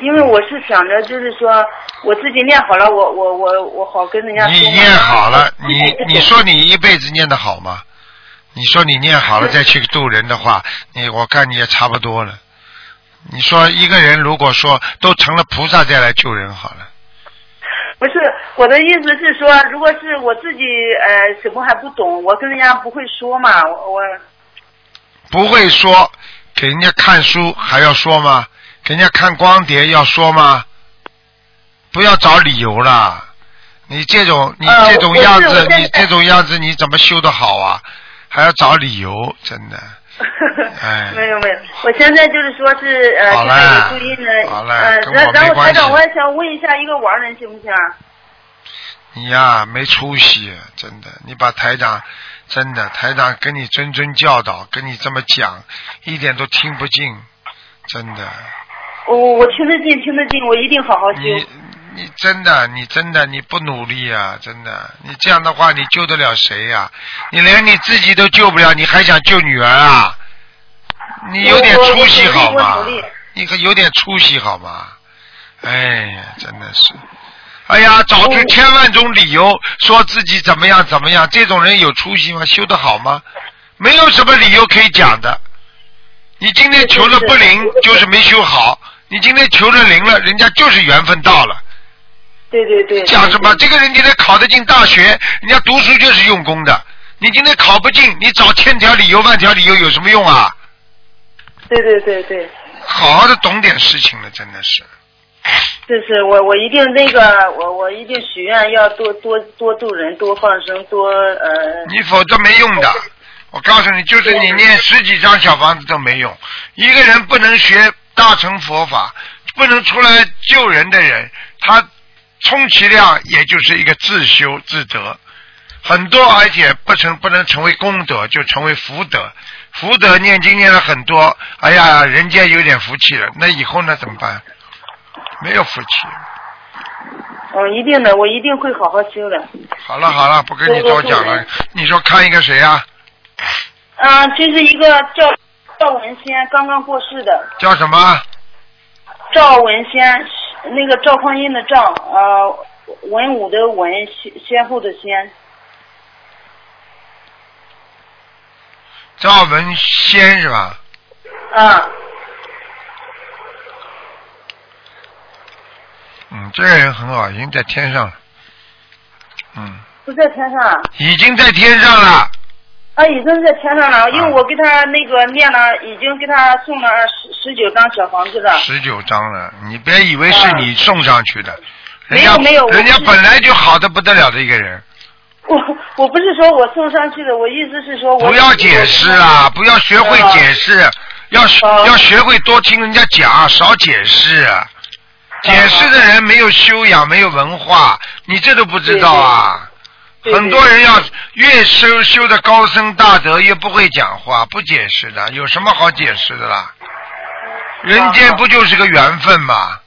D: 因为我是想着就是说，我自己练好了，我我我我好跟人家说
A: 你
D: 嘛。
A: 念好
D: (laughs)
A: 了，你你说你一辈子念得好吗？你说你念好了再去渡人的话，你我看你也差不多了。你说一个人如果说都成了菩萨再来救人好了，
D: 不是我的意思是说，如果是我自己呃什么还不懂，我跟人家不会说嘛，我我
A: 不会说给人家看书还要说吗？给人家看光碟要说吗？不要找理由了。你这种你
D: 呃
A: 这种
D: 我是
A: 样
D: 我
A: 子
D: 现，在
A: 你这种样子你怎么修得好啊？还要找理由，真的。哎
D: 没有没有，我现在就是说是呃，
A: 好
D: 现
A: 了
D: 在有录音呢，
A: 好了
D: 呃，
A: 跟我没
D: 然然后台
A: 关
D: 长，
A: 系
D: 我也想问一下一个亡人行不行啊？
A: 你呀、没出息，真的！你把台长，真的台长跟你谆谆教导，跟你这么讲，一点都听不进，真的。
D: 我我听得进，听得进，我一定好好修。
A: 你你真的你真的你不努力啊，真的！你这样的话，你救得了谁呀、你连你自己都救不了，你还想救女儿啊？你有点出息好
D: 我我
A: 吗
D: 努力我努力？
A: 你可有点出息好吗？哎呀，真的是。哎呀，找出千万种理由说自己怎么样怎么样，这种人有出息吗？修得好吗？没有什么理由可以讲的。你今天求了不灵，就是没修好；你今天求了灵了，人家就是缘分到了。
D: 对对对。
A: 讲什么？这个人今天考得进大学，人家读书就是用功的。你今天考不进，你找千条理由万条理由有什么用啊？
D: 对对对对，
A: 好好的懂点事情了，真的是。
D: 就是我我一定那个我我一定许愿要多多多度人，多放生，多呃。
A: 你否则没用的。我告诉你，就是你念十几张小房子都没用。一个人不能学大乘佛法，不能出来救人的人，他充其量也就是一个自修自得。很多而且不成不能成为功德，就成为福德。福德念经念了很多，哎呀，人间有点福气了。那以后呢怎么办？没有福气。
D: 嗯，一定的，我一定会好好修的。
A: 好了好了，不跟你多讲了。你说看一个谁啊？
D: 啊，这是一个赵赵文先刚刚过世的
A: 叫什么？
D: 赵文先，那个赵匡胤的赵，呃，文武的文，先先后的先。
A: 赵文先是吧？
D: 啊，
A: 嗯，这个人很好，已经在天上了。嗯，
D: 不在天上啊，
A: 已经在天上了。
D: 啊，已经在天上
A: 啊
D: 了，因为我给他那个念了，已经给他送了十十九张小房子了。
A: 十九章了，你别以为是你送上去的，人家
D: 没有没有
A: 人家
D: 我
A: 本来就好的不得了的一个人，
D: 我我不是说我送上去的，我意思是说我
A: 不要解释啊，不要学会
D: 啊
A: 解释，要学
D: 啊
A: 要学会多听人家讲，少解释。啊解释的人没有修养，没有文化，你这都不知道啊。
D: 对对对
A: 很多人要越修修的高僧大德，越不会讲话，不解释的，有什么好解释的
D: 啊
A: 啦？人间不就是个缘分吗？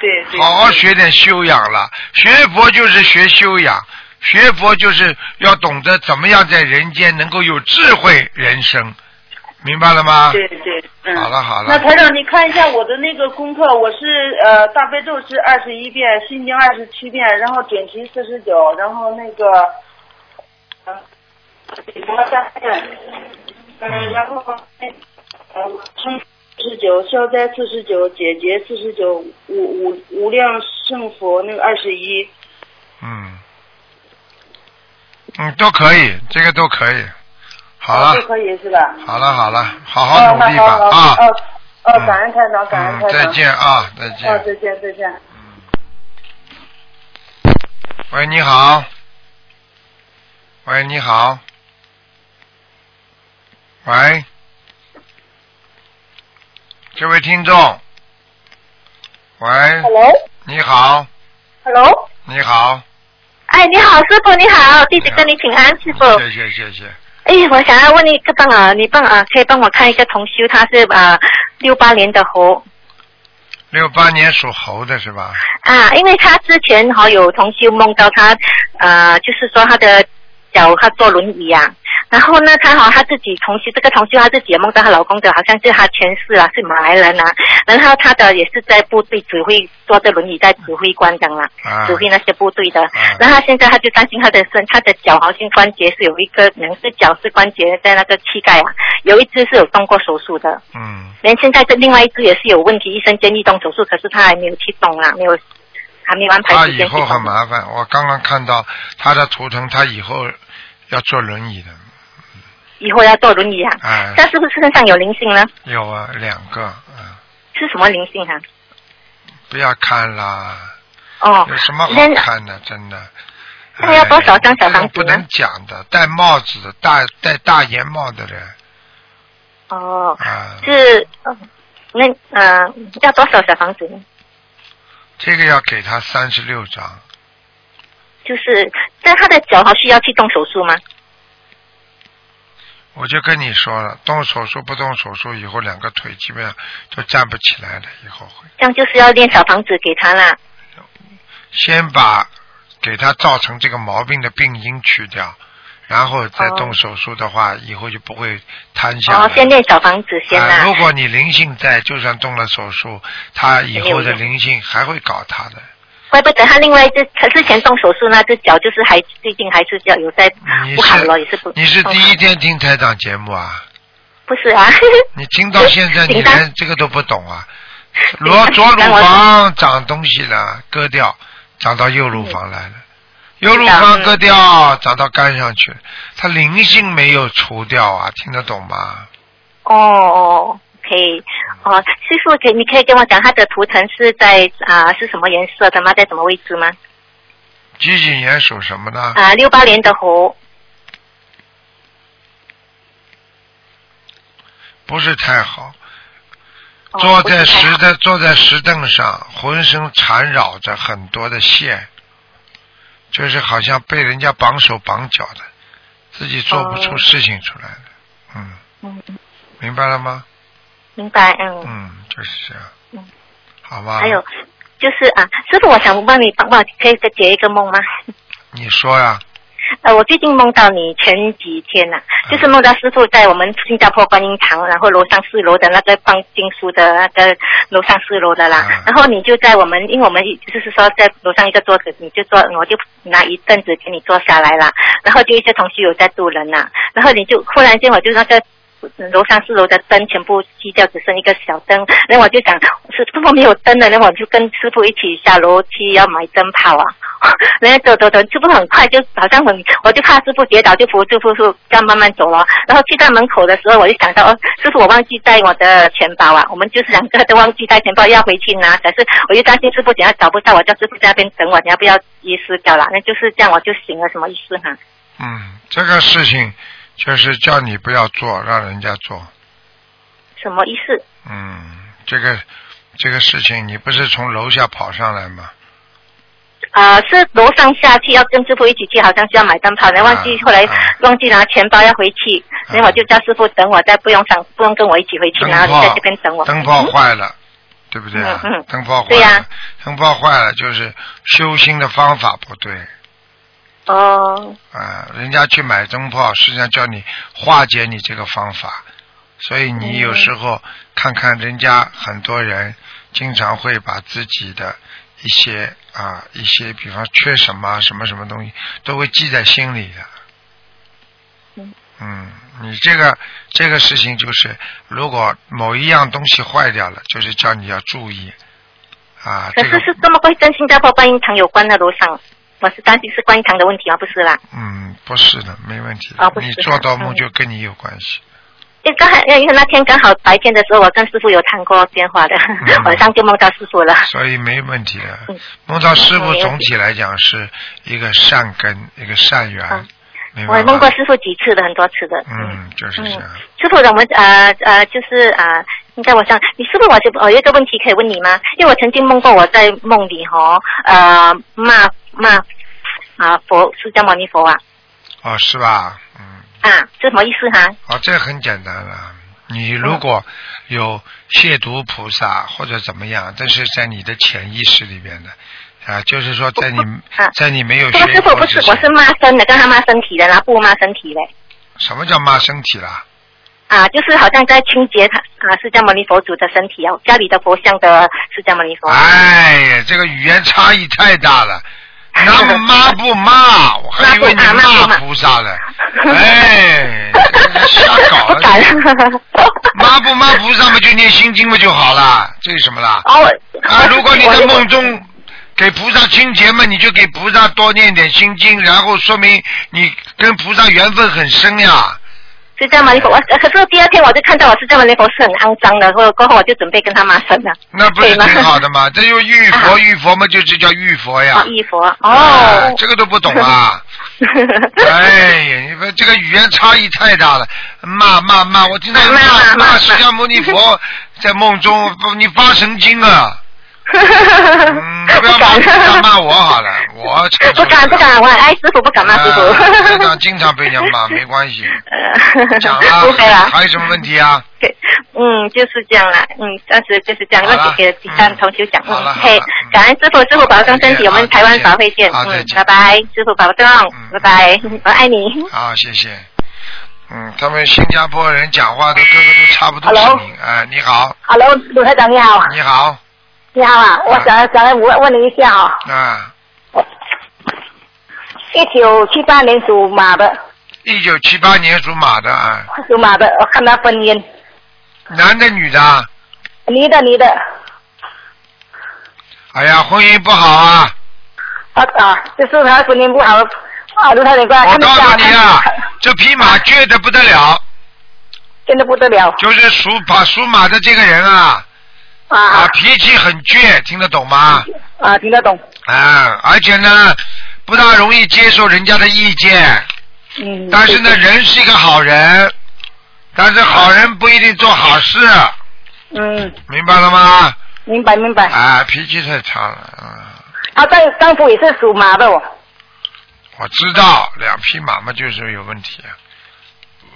D: 对对
A: 好好学点修养了，学佛就是学修养，学佛就是要懂得怎么样在人间能够有智慧人生，明白了吗？
D: 对对，嗯。
A: 啊好了好了
D: 那台长，你看一下我的那个功课，我是呃大悲咒是二十一遍，心经二十七遍，然后准提四十九，然后那个，嗯、呃，礼佛三遍，嗯，然后那呃，称四十九，消灾四十九，解结四十九，无无无量圣佛那个二十一，
A: 嗯，嗯，都可以，这个都可以。好了
D: 就，可以是吧？
A: 好了，好了，好
D: 哦
A: 好努力吧
D: 哦
A: 啊！
D: 哦哦，
A: 嗯
D: 感恩台长，感恩
A: 嗯，
D: 台
A: 再
D: 长，
A: 见啊，再见。
D: 哦，再见，再见。
A: 喂，你好。喂，你好。喂，这位听众，喂，
E: Hello，Hello，
A: 你好，你好，
E: 哎，你好，师傅你好，弟子跟你请安，师傅。
A: 谢谢谢谢，
E: 哎，我想要问你一个帮啊，你帮啊，可以帮我看一个同修，他是啊六八年的猴
A: 六八年属猴的是吧？
E: 啊，因为他之前哈、有同修梦到他呃，就是说他的脚他坐轮椅啊，然后呢，他好他自己同修这个同修他自己也梦到她老公的好像是他前世啊是马来人啊，然后他的也是在部队指挥坐着轮椅在指挥官这样啦。
A: 啊
E: 指，挥那些部队的。
A: 嗯
E: 然后他现在他就担心他的身，他的脚好像关节是有一个，可能是脚是关节在那个膝盖啊，有一只是有动过手术的，
A: 嗯，
E: 连现在的另外一只也是有问题，医生建议动手术，可是他还没有去动啊，没有，还没有安排
A: 他
E: 时
A: 啊以
E: 间去
A: 后很
E: 动。
A: 麻烦，我刚刚看到他的图腾，他以后要坐轮椅的，
E: 以后要坐轮椅啊，
A: 哎，
E: 他是不是身上有灵性呢？
A: 有啊，两个，啊，
E: 是什么灵性啊？
A: 不要看啦，
E: 哦
A: 有什么好
E: 那
A: 看的？真的。
E: 那要多少张小
A: 哎这
E: 房
A: 种
E: 子
A: 不
E: 呢
A: 能讲的，戴帽子的，戴戴大檐帽的人
E: 哦，
A: 啊，
E: 是哦那呃要多少小房子呢？
A: 这个要给他三十六张，
E: 就是在他的脚好需要去动手术吗？
A: 我就跟你说了，动手术不动手术，以后两个腿基本上都站不起来了，以后会
E: 这样就是要练小房子给他啦。
A: 先把给他造成这个毛病的病因去掉，然后再
E: 哦
A: 动手术的话，以后就不会瘫下来。
E: 哦，先练小房子先
A: 啊、
E: 啦
A: 如。果你灵性在，就算动了手术，他以后的
E: 没有用
A: 灵性还会搞他的。
E: 怪不得他另外一只，他之前动手术那只脚就是还最近还是叫有在
A: 你
E: 不好
A: 是
E: 了，也是不。
A: 你是
E: 不好
A: 第一天听台长节目啊？
E: 不是啊， (laughs)
A: 你听到现在你
E: 紧张
A: 连这个都不懂
E: (laughs)
A: 啊？
E: 紧
A: 罗
E: 张
A: 左乳
E: 紧张我
A: 房长东西了，割掉，长到右乳房来了。右乳房
E: 嗯
A: 割掉，长到肝上去了，它灵性没有除掉啊，听得懂吗？
E: 哦哦，可以哦，师傅可以你可以跟我讲他的图腾是在啊、是什么颜色的吗？在什么位置吗？
A: 几几年属什么呢？
E: 啊、六八年的猴
A: 不是太好，
E: 哦
A: 坐
E: 不是
A: 在
E: 太
A: 石
E: 好
A: 的坐在石凳上，浑身缠绕着很多的线，就是好像被人家绑手绑脚的，自己做不出
E: 哦
A: 事情出来的。嗯，
E: 嗯，
A: 明白了吗？
E: 明白嗯。
A: 嗯，就是这样。
E: 嗯，
A: 好吧。
E: 还有就是啊，师傅，我想问你帮我可以再解一个梦吗？
A: 你说呀、
E: 呃，我最近梦到你前几天呐、啊就是梦到师傅在我们新加坡观音堂，然后楼上四楼的那个放经书的那个楼上四楼的啦。
A: 嗯
E: 然后你就在我们，因为我们就是说在楼上一个桌子，你就坐，我就拿一凳子给你坐下来啦。然后就一些同学有在渡人呐、然后你就忽然间我就那个。楼上四楼的灯全部熄掉，只剩一个小灯。然后我就想，是怎么没有灯了？然后我就跟师傅一起下楼去要买灯泡啊。 (laughs) 然后走走走，师傅很快就好像很，我就怕师傅跌倒，就扶住师傅这样慢慢走了。然后去到门口的时候，我就想到，哦，师傅我忘记带我的钱包啊，我们就是两个都忘记带钱包要回去拿，可是我就担心师傅等下找不到，我叫师傅在那边等我，你要不要医师掉了？那就是这样，我就醒了，什么意思哈、
A: 嗯，这个事情就是叫你不要做，让人家做。
E: 什么意思？
A: 嗯，这个这个事情，你不是从楼下跑上来吗？
E: 啊、是楼上下去要跟师傅一起去，好像是要买灯泡，然后忘记
A: 啊
E: 后来
A: 啊
E: 忘记拿钱包要回去，然后我就叫师傅等我，再不用上不用跟我一起回去，
A: 灯
E: 然后
A: 泡
E: 你在这边等我。嗯
A: 灯泡坏了，对不对啊？
E: 嗯嗯
A: 灯泡坏
E: 对
A: 了，
E: 呀
A: 灯泡坏了就是修心的方法不对
E: 哦，
A: 啊！人家去买灯泡，实际上叫你化解你这个方法，所以你有时候看看人家很多人经常会把自己的一些啊一些，比方缺什么啊什么什么东西，都会记在心里的。
E: 嗯
A: 嗯，你这个这个事情就是，如果某一样东西坏掉了，就是叫你要注意啊。
E: 可
A: 这
E: 是
A: 个
E: 是这么跟跟新加坡观音堂有关的楼上，我是担心是观音堂的问题啊，不是啦。
A: 嗯，不是的，没问题的。
E: 啊不是
A: 你
E: 的
A: 做到梦
E: 嗯
A: 就跟你有关系。
E: 因为刚才因为那天刚好白天的时候，我跟师傅有谈过电话的，
A: 嗯
E: 晚上就梦到师傅了。
A: 所以没问题的
E: 啊嗯。
A: 梦到师傅
E: 没问题
A: 总体来讲是一个善根，一个善缘
E: 啊，
A: 明
E: 我
A: 白
E: 也梦
A: 吗嗯
E: 过？师傅几次的，很多次的。
A: 嗯，就是这样。
E: 师傅，我们呃呃，就是呃，应该我想，你是不是我就我有一个问题可以问你吗？因为我曾经梦过我在梦里哈、呃骂骂啊佛释迦牟尼佛啊
A: 哦，是吧？嗯，
E: 啊，这什么意思哈、
A: 哦，这很简单了。你如果有亵渎菩萨或者怎么样，这是在你的潜意识里边的啊，就是说在你
E: 啊
A: 在你没有
E: 这个
A: 学
E: 师傅
A: 佛
E: 不是
A: 之，
E: 我是
A: 前，
E: 骂身的，跟他骂身体的，然后不骂身体嘞。
A: 什么叫骂身体啦？
E: 啊，就是好像在清洁他啊释迦牟尼佛祖的身体啊，家里的佛像的释迦牟尼佛。
A: 哎呀，这个语言差异太大
E: (laughs)
A: 了。那么骂不骂？我还以为你
E: 骂不骂骂不
A: 骂
E: 骂
A: 菩萨了。哎，这个瞎搞
E: (laughs) 不敢
A: 了。。骂不骂菩萨嘛，就念心经嘛就好了，这有什么啦？
E: 哦，
A: 啊，如果你
E: 我
A: 在梦中给菩萨清洁嘛，你就给菩萨多念点心经，然后说明你跟菩萨缘分很深呀。
E: 释迦牟尼佛，我呃可是第二天我就看到我释迦牟尼佛是很肮脏的，过过后我就准备跟他骂身了。
A: 那不是
E: 对吗
A: 挺好的吗？这就遇佛
E: 啊
A: 遇佛嘛，就这叫遇佛呀
E: 啊，。玉佛
A: 哎
E: 哦。
A: 这个都不懂啊！
E: (laughs)
A: 哎呀，你们这个语言差异太大了，骂骂骂！我听到有
E: 骂
A: 骂
E: 骂
A: 骂
E: 骂
A: 释迦牟尼佛在梦中，不，你发神经啊！
E: (laughs)
A: 嗯，不要骂，
E: 敢
A: 不
E: (laughs)
A: 要骂我好了，我承受
E: 不敢
A: 了
E: 不敢，我很爱师傅，不敢骂师
A: 啊台
E: 傅。
A: 长经常被人家
E: (laughs)
A: 骂，没关系。
E: 呃
A: 讲
E: 不会
A: 啊，
E: 啦。
A: 还有什么问题啊？
E: 对，嗯，就是这样啦，嗯，暂时就是这样，
A: 好了
E: 那就给其他的同学讲，
A: 好
E: 嗯
A: 了，好
E: 嘿
A: 了，
E: 感恩师傅，师傅保重身
A: 再
E: 体，
A: 见
E: 我们台湾法会见，
A: 好再
E: 嗯，
A: 见
E: 拜拜，师傅保重
A: 嗯，
E: 拜拜，我爱你。
A: 好，啊谢谢。嗯，他们新加坡人讲话都个个都差不多声音。哎，你好，
F: Hello，鲁台长你好，
A: 你好，
F: 你好啊，我想想问问你一下啊、
A: 啊，
F: 一九七八年属马的，
A: 一九七八年属马的啊，
F: 属马的，我看他婚姻，
A: 男的女的啊？
F: 你的你的，
A: 哎呀，婚姻不好啊！
F: 啊啊，就是他婚姻不好，啊，卢台长过来
A: 我
F: 看一
A: 告诉
F: 下，
A: 你啊
F: 看一下，
A: 这匹马倔得不得了，
F: 真的不得了，
A: 就是属把属马的这个人啊，啊，
F: 啊
A: 脾气很倔，听得懂吗？
F: 啊，听得懂，
A: 啊，而且呢，不大容易接受人家的意见。
F: 嗯，
A: 但是呢，
F: 对，
A: 人是一个好人，但是好人不一定做好事，
F: 对嗯，
A: 明白了吗？
F: 明白明白，
A: 啊，脾气太差了，啊，
F: 他丈丈夫也是属马的哦，
A: 我知道，两匹马嘛就是有问题啊。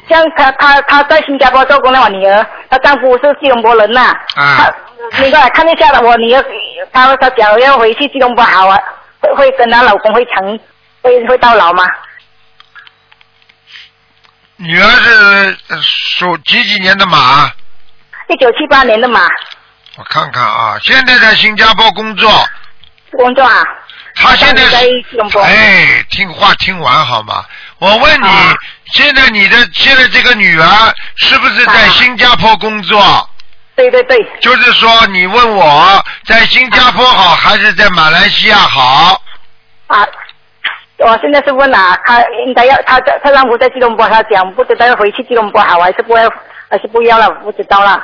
F: 像他他他在新加坡做工的我女儿，她丈夫是吉隆坡人呐、
A: 啊
F: 她你过来看一下我女儿，她她讲要回去吉隆坡好啊，会会跟她老公会长会会到老吗？
A: 女儿是呃属几几年的马？
F: 一九七八年的嘛，
A: 我看看啊，现在在新加坡工作，
F: 工作啊，
A: 他现在
F: 在
A: 是
F: 吉隆坡，
A: 哎，听话听完好吗？我问你，
F: 啊
A: 现在你的现在这个女儿是不是在
F: 啊
A: 新加坡工作？
F: 对对对，
A: 就是说，你问我在新加坡好还是在马来西亚好？
F: 啊。我现在是问啊，她应该要她在她丈夫在吉隆坡，她讲不知道要回去吉隆坡好啊还是不要，还是不要了，不知道了。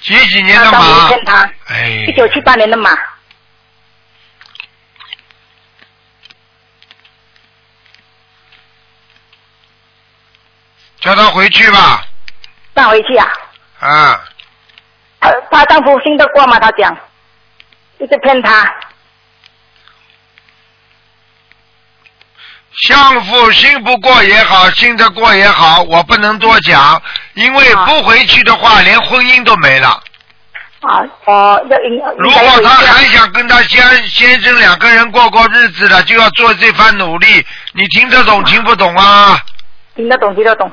A: 几几年
F: 她
A: 的
F: 丈
A: 马
F: 夫？骗她，
A: 哎，
F: 一九七八年的嘛，
A: 叫他回去吧。
F: 那回去啊。
A: 啊，
F: 她她丈夫信得过吗？她讲，一直骗她，
A: 相夫信不过也好，信得过也好，我不能多讲，因为
F: 啊
A: 不回去的话，连婚姻都没了。
F: 啊，哦，要应
A: 如
F: 应该要
A: 果
F: 回
A: 他
F: 去啊
A: 还想跟他先先生两个人过过日子的，就要做这番努力。你听得懂听不懂啊？
F: 听得懂听得懂，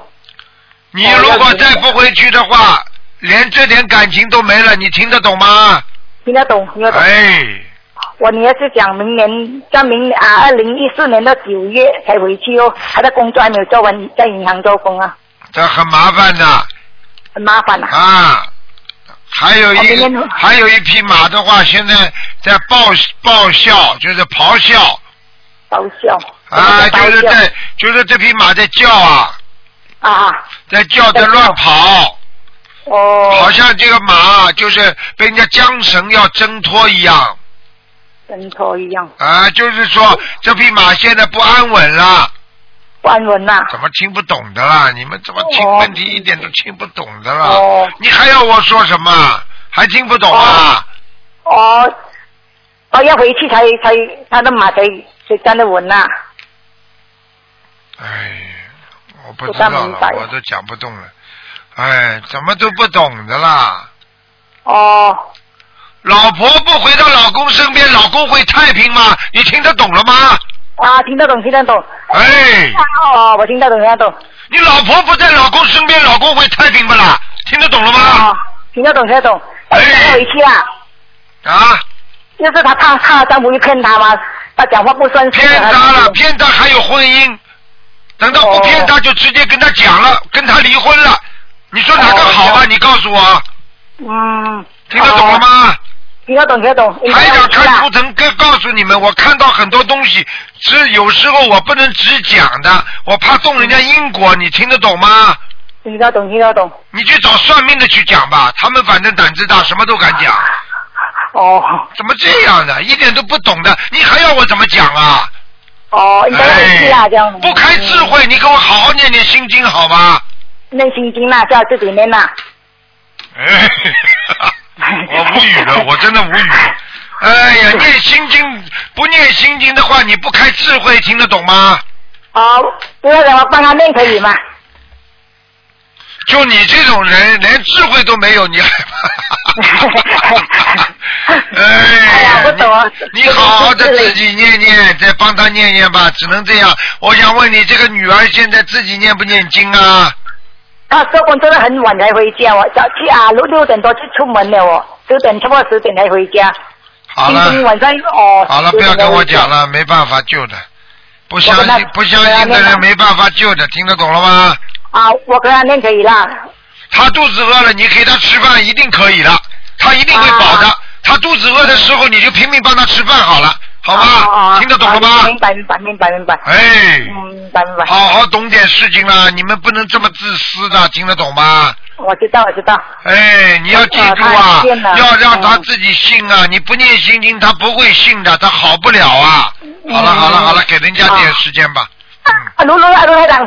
A: 你如果
F: 要听得
A: 再
F: 懂
A: 不回去的话，连这点感情都没了，你听得懂吗？
F: 听得懂听得懂。
A: 哎，
F: 我女儿是讲明年在明年啊，二零一四年的九月才回去哦，她的工作还没有做完，在银行做工啊，
A: 这很麻烦的
F: 很麻烦啊。
A: 啊。还有一
F: 哦明天
A: 还有一匹马的话，现在在报报效，就是咆哮
F: 搞笑
A: 啊，就是
F: 搞笑
A: 在就是这匹马在叫啊，
F: 啊啊
A: 在叫在
F: 在叫
A: 乱跑，好
F: 哦，
A: 像这个马就是被人家缰绳要挣脱一样
F: 跟错一样哦
A: 啊，就是说这匹马现在不安稳了
F: 不安稳呐、
A: 怎么听不懂的啦？你们怎么听
F: 哦
A: 问题一点都听不懂的啦？
F: 哦
A: 你还要我说什么？还听不懂啊？
F: 哦，哦，要回去才才他的马才才站得稳呐、啊
A: 哎，我不
F: 不
A: 知道
F: 大
A: 了
F: 明白，
A: 我都讲不动了。哎，怎么都不懂的啦？
F: 哦，
A: 老婆不回到老公身边，老公会太平吗？你听得懂了吗？
F: 啊，听得懂，听得懂。
A: 哎，
F: 哦，我听得懂，听得懂。
A: 你老婆不在老公身边，老公会太平不啦？听得懂了
F: 哦
A: 吗？，
F: 听得懂，听得懂。
A: 哎
F: 要回去啊，
A: 啊，
F: 就是他怕怕丈夫又骗他嘛，他讲话不算数。
A: 偏他
F: 啊
A: 了，偏他还有婚姻，等到不偏他就直接跟他讲了，跟他离婚了。你说哪个好啊？你告诉我，
F: 嗯。
A: 听得懂了吗？
F: 听得懂，听得懂。应该啊
A: 台长
F: 要回去
A: 看图
F: 啦。
A: 腾哥告诉你们，我看到很多东西是有时候我不能只讲的，我怕动人家因果，你听得懂吗？
F: 听得懂，听得懂。
A: 你去找算命的去讲吧，他们反正胆子大，什么都敢讲。
F: 哦
A: 怎么这样的？一点都不懂的，你还要我怎么讲啊？
F: 哦，应该要回去啦，
A: 哎
F: 这样。
A: 不开智
F: 嗯。
A: 慧，你给我好好念念心经好
F: (laughs)
A: 吗？
F: 内心经啦，叫自己念啦。
A: 哎，我无语了，我真的无语了。哎呀，念心经不念心经的话，你不开智慧，听得懂吗？
F: 哦，不要让我帮他念可以吗？。
A: 就你这种人，连智慧都没有，你还
F: 哎
A: 哎
F: 呀不懂啊 (laughs)
A: 你你好好的自己念念，再帮他念念吧，只能这样。我想问你，这个女儿现在自己念不念经啊？
F: 他收工真的很晚才回家，我早去啊，六六点多就出门了哦，九点差不多十点才回家。
A: 好
F: 今天
A: 了，
F: 晚上哦。
A: 好了，
F: 10
A: 不
F: 点
A: 要
F: 才
A: 跟我
F: 回家
A: 讲。了，没办法救的。不相
F: 我跟
A: 信
F: 他
A: 不相信的人没办法救的，听得懂了吗？
F: 啊，我跟他念可以啦。
A: 他肚子饿了，你给他吃饭一定可以的，他一定会饱的
F: 啊。
A: 他肚子饿的时候，你就拼命帮他吃饭好了，好
F: 啊
A: 吧？
F: 啊
A: 听得懂了吗？
F: 明白，明白，明白，明白。
A: 哎，
F: 嗯，明白，明白。
A: 好好懂点事情啦，你们不能这么自私的，听得懂吗？
F: 我知道，我知道。
A: 哎，你要记住啊
F: 啊他也变，了
A: 要让他
F: 嗯
A: 自己信啊！你不念心经，他不会信的，他好不了啊！
F: 嗯
A: 好了好了好了，给人家点时间吧。嗯，
F: 啊，卢卢啊，卢台长，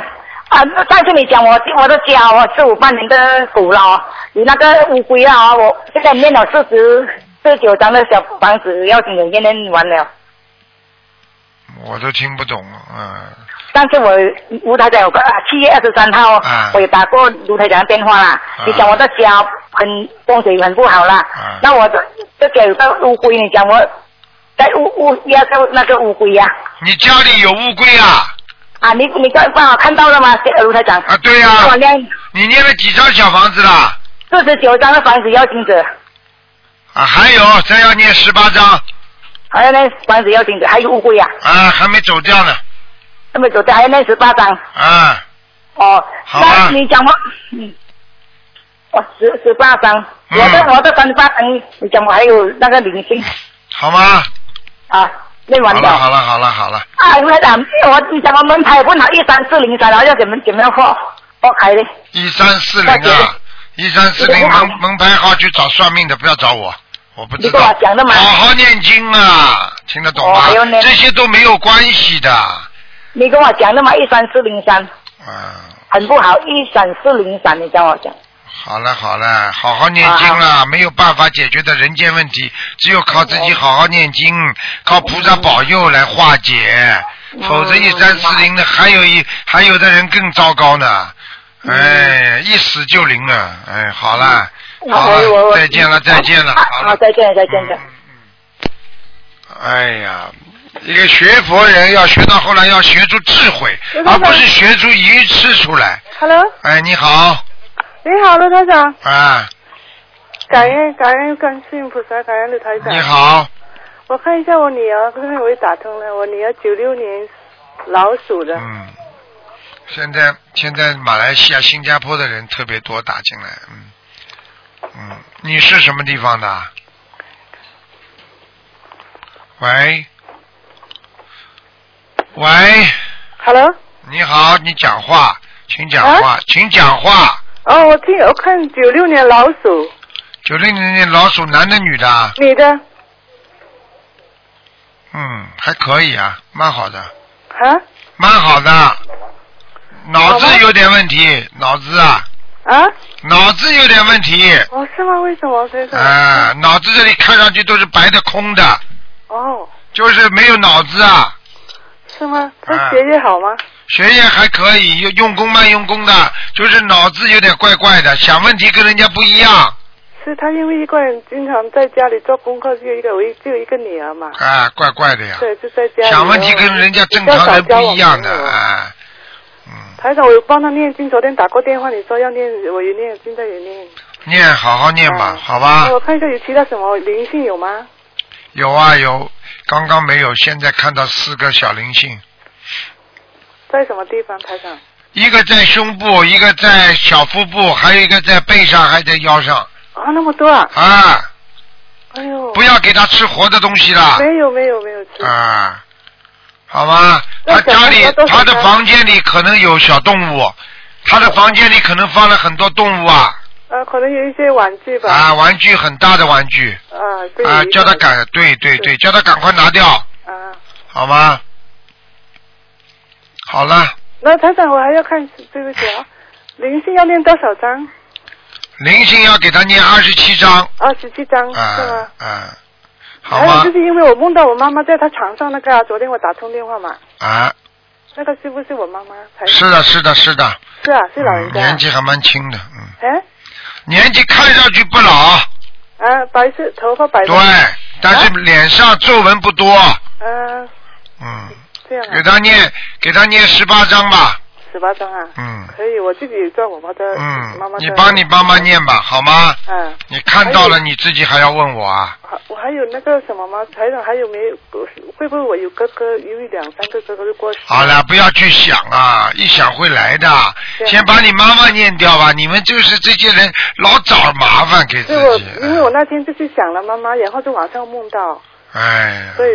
F: 啊，上次你讲我我的家我是五八年的狗了哦，你那个乌龟啊，我现在念了四十四九张的小房子，要紧人念完了。
A: 我都听不懂，嗯，
F: 上次我卢台长有个七月二十三号，
A: 啊
F: 我也打过卢台长的电话啦。
A: 啊
F: 你讲我的家很风水很不好啦，
A: 啊
F: 那我的这家有个乌龟，你讲我在乌乌要个那个乌龟呀、
A: 你家里有乌龟啊？
F: 啊，你你刚刚好看到了吗，卢台长？
A: 啊，对呀、
F: 我念
A: 你念了几张小房子啦？
F: 四十九张的房子要紧者。
A: 啊，还有再要念十八张，
F: 还有那房子要紧的，还有乌龟呀、啊，
A: 啊，还没走掉呢，
F: 那么走的还有那十八张
A: 啊，
F: 哦。
A: 好啊
F: 那你讲我，嗯，哦，十十八张，
A: 嗯
F: 我的我的三十八张，你讲我还有那个灵性
A: 好吗？
F: 啊，那完
A: 好了好
F: 了。
A: 了好了好了。
F: 啊，我讲我你讲我门牌不好，一三四零三，然后要怎么怎么样破破开的？
A: 一三四零
F: 大姐
A: 啊，一三四零
F: 你好
A: 门门牌号去找算命的，不要找我，我不知
F: 你跟
A: 道
F: 我。讲的嘛
A: 好好念经啊，听得懂
F: 哦
A: 吗
F: 还有？呢
A: 这些都没有关系的，
F: 你跟我讲的嘛，一三四零三
A: 嗯，
F: 很不好，一三四零三，你讲我讲。
A: 好了好了，好好念经啦，没有办法解决的人间问题，只有靠自己好好念经，靠菩萨保佑来化解，
F: 嗯
A: 否则一三四零的还有一还有的人更糟糕呢，哎，一死就灵了，哎，好了，好
F: 嗯我我
A: 了，
F: 我
A: 再见了再见了，
F: 啊
A: 好
F: 好，
A: 了，
F: 再见再见
A: 嗯
F: 再
A: 嗯嗯哎呀，一个学佛人要学到后来要学出智慧，而不是学出鱼吃出来。
G: Hello，
A: 哎，你好，
G: 你好，卢台长，
A: 啊，
G: 感恩感恩观世音菩萨，感恩卢台长
A: 你。好，
G: 我看一下我女儿，看看我也打通了。我女儿九六年老鼠的，
A: 嗯，现在现在马来西亚、新加坡的人特别多打进来，嗯，嗯，你是什么地方的？喂，喂，
G: Hello，
A: 你好，你讲话，请讲话，
G: 啊
A: 请讲话。
G: 哦，我听我看九六年老鼠，
A: 九零年老鼠，男的女的啊？
G: 女的
A: 嗯，还可以啊，蛮好的，
G: 啊，
A: 蛮好的。脑子有点问题，脑子啊，
G: 啊？
A: 脑子有点问题，
G: 哦，是吗？为什么先生？
A: 啊，脑子这里看上去都是白的空的，
G: 哦，
A: 就是没有脑子啊。
G: 是吗？
A: 啊
G: 他学业好吗？
A: 学业还可以，用用功慢用功的，就是脑子有点怪怪的，想问题跟人家不一样
G: 是他因为一个人经常在家里做功课，只有一个我一只有一个女
A: (laughs)
G: 儿嘛，
A: 啊，怪怪的呀。
G: 对，就在家里。
A: 想问题
G: 然后
A: 跟人家正
G: 比较
A: 常人
G: 少交
A: 不
G: 往
A: 一样
G: 朋友
A: 的啊。嗯，
G: 台长，我有帮他念经，昨天打过电话，你说要念，我有念，现在有念。
A: 念好好念吧，
G: 嗯
A: 好吧
G: 那？我看一下有其他什么灵性有吗？
A: 有啊有，刚刚没有，现在看到四个小灵性，
G: 在什么地方，台长？
A: 一个在胸部，一个在小腹部，还有一个在背上，还在腰上
G: 啊，那么多啊！
A: 啊！
G: 哎呦，
A: 不要给他吃活的东西啦
G: 没有没有没有吃。
A: 啊，好吗？他
G: 那小
A: 家里
G: 房子多少
A: 他的
G: 张
A: 房间里可能有小动物，他的房间里可能放了很多动物啊
G: 呃，可能有一些玩具吧。
A: 啊，玩具很大的玩具
G: 啊，对。
A: 啊，叫他
G: 他。
A: 赶对对对，
G: 对
A: 叫他赶快拿掉。
G: 啊，
A: 好吗？好了，
G: 那台长，我还要看，对不起啊，灵性要念多少张？
A: 灵性要给他念二十七章，
G: 二十七张、
A: 啊、
G: 是吗？
A: 啊，好
G: 还有
A: 吗啊
G: 就？是因为我梦到我妈妈在她床上那个、啊，昨天我打通电话嘛，
A: 啊，
G: 那个是不是我妈妈？台长
A: 是的，是的，是的，
G: 是啊，是老人
A: 嗯
G: 家啊。
A: 年纪还蛮轻的，嗯，
G: 哎
A: 年纪看上去不老，
G: 啊，白色头发白的。
A: 对，但是脸上皱纹不多，
G: 嗯、
A: 嗯，
G: 这样
A: 给
G: 啊，
A: 他念，给他念十八章吧，
G: 十八张啊，
A: 嗯
G: 可以，我自己赚我妈的，
A: 嗯
G: 妈妈，的。
A: 你帮你妈妈。念吧，好吗？
G: 嗯，
A: 你看到了，
G: 还有
A: 你自己还要问我啊？
G: 还我还有那个什么吗？台长还有没有？会不会我有哥哥，有一两三个哥哥就过世？
A: 好了，不要去想啊，一想会来的。
G: 对
A: 先把你妈妈念掉吧，你们就是这些人老找麻烦给自
G: 对我
A: 己。，嗯
G: 因为我那天就去想了妈妈，然后就晚上梦到，
A: 哎呀，
G: 所以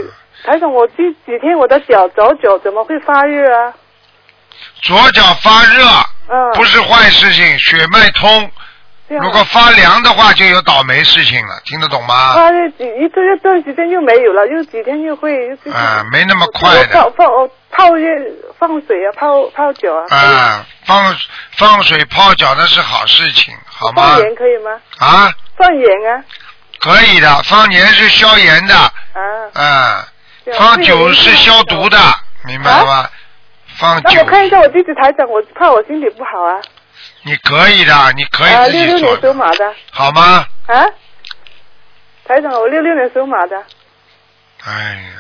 G: 台长，我这几天我的脚脚脚怎么会发热啊？
A: 左脚发热
G: 嗯，
A: 不是坏事情，血脉通。
G: 这样啊
A: 如果发凉的话，就有倒霉事情了，听得懂吗？
G: 发热几一这一段时间又没有了，又几天又会又自己
A: 啊，没那么快
G: 嗯我泡
A: 的。
G: 泡我泡热放水啊，泡泡酒啊，
A: 啊，放放水泡脚那是好事情，好吗
G: 放？盐可以吗？
A: 啊，
G: 放盐啊
A: 可以的，放盐是消炎的，
G: 啊！
A: 啊，
G: 这样
A: 放酒是消毒的。，明白吗？放
G: 啊那
A: 酒
G: 我，看一下我自己台长，我怕我心体不好啊。
A: 你可以的，你可
G: 啊，
A: 以自己做
G: 六六年
A: 的，
G: 属马的
A: 好吗？
G: 啊，台长，我六六年属马的
A: 哎呀，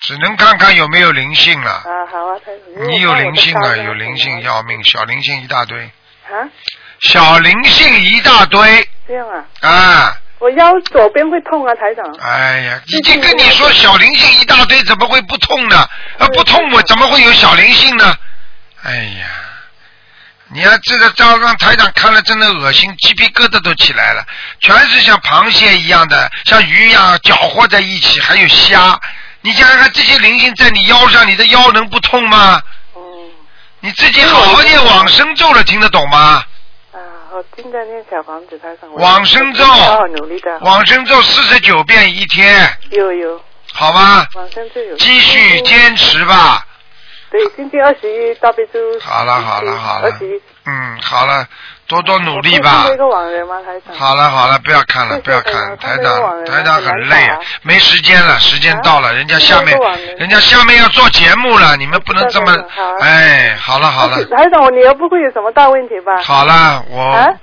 A: 只能看看有没有灵性了。
G: 啊，好啊，台长。如果
A: 你有
G: 帮我
A: 灵性
G: 的
A: 啊，
G: 烧
A: 有灵性要命，小灵性一大堆，
G: 啊，
A: 小灵性一大堆
G: 这样啊，
A: 啊！
G: 我腰左边会痛啊，台长。
A: 哎呀，已经跟你说小灵性一大堆，怎么会不痛呢？啊，不痛我怎么会有小灵性呢？哎呀，你要这个照让台长看了真的恶心，鸡皮疙瘩都起来了，全是像螃蟹一样的，像鱼一样搅和在一起，还有虾。你想想看，这些灵性在你腰上，你的腰能不痛吗？
G: 嗯
A: 你自己好好念往生咒了，听得懂吗？
G: 啊，我正在念小房子，台长。我
A: 往生咒
G: 我好好努力的。
A: 往生咒四十九遍一天，
G: 有有，
A: 好吧，
G: 往生咒有。
A: 继续坚持吧。
G: 对，星期二十一大悲咒。
A: 好了好了好了
G: 二十一。
A: 嗯，好了，多多努力
G: 我
A: 吧
G: 可以看。一个网人吗，台长？。
A: 好了好了，不要看了，
G: 谢谢啊
A: 不要
G: 台
A: 看，
G: 长
A: 台
G: 看这个网
A: 长
G: 人
A: 台长
G: 很
A: 很
G: 难
A: 累啊
G: 打，
A: 没时间了，时间到了，
G: 啊
A: 人家
G: 这
A: 下
G: 个
A: 面
G: 网人
A: 人家下面要做节目了，你们不能这么
G: 知道知道好，啊
A: 哎，好了好了
G: 台长，我女儿不会有什么大问题吧？
A: 好了，
G: 啊
A: 我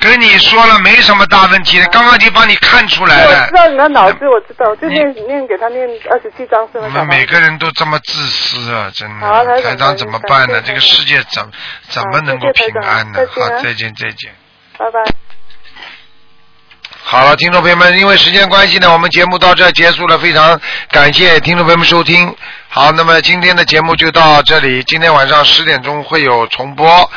A: 跟你说了没什么大问题的，刚刚已经帮你看出来
G: 我知
A: 了。
G: 道你的脑子，我知道，就
A: 你
G: 念念给他念二十七章是
A: 我
G: 吗？
A: 们每个人都这么自私啊，真
G: 好
A: 的，
G: 台长
A: 台长怎么办呢？这个世界怎怎么能够
G: 谢谢
A: 平
G: 台长
A: 安呢
G: 再？见
A: 好
G: 啊，
A: 再见再见。
G: 拜拜。
A: 好了，听众朋友们，因为时间关系呢，我们节目到这儿结束了，非常感谢听众朋友们收听。好，那么今天的节目就到这里，今天晚上十点钟会有重播。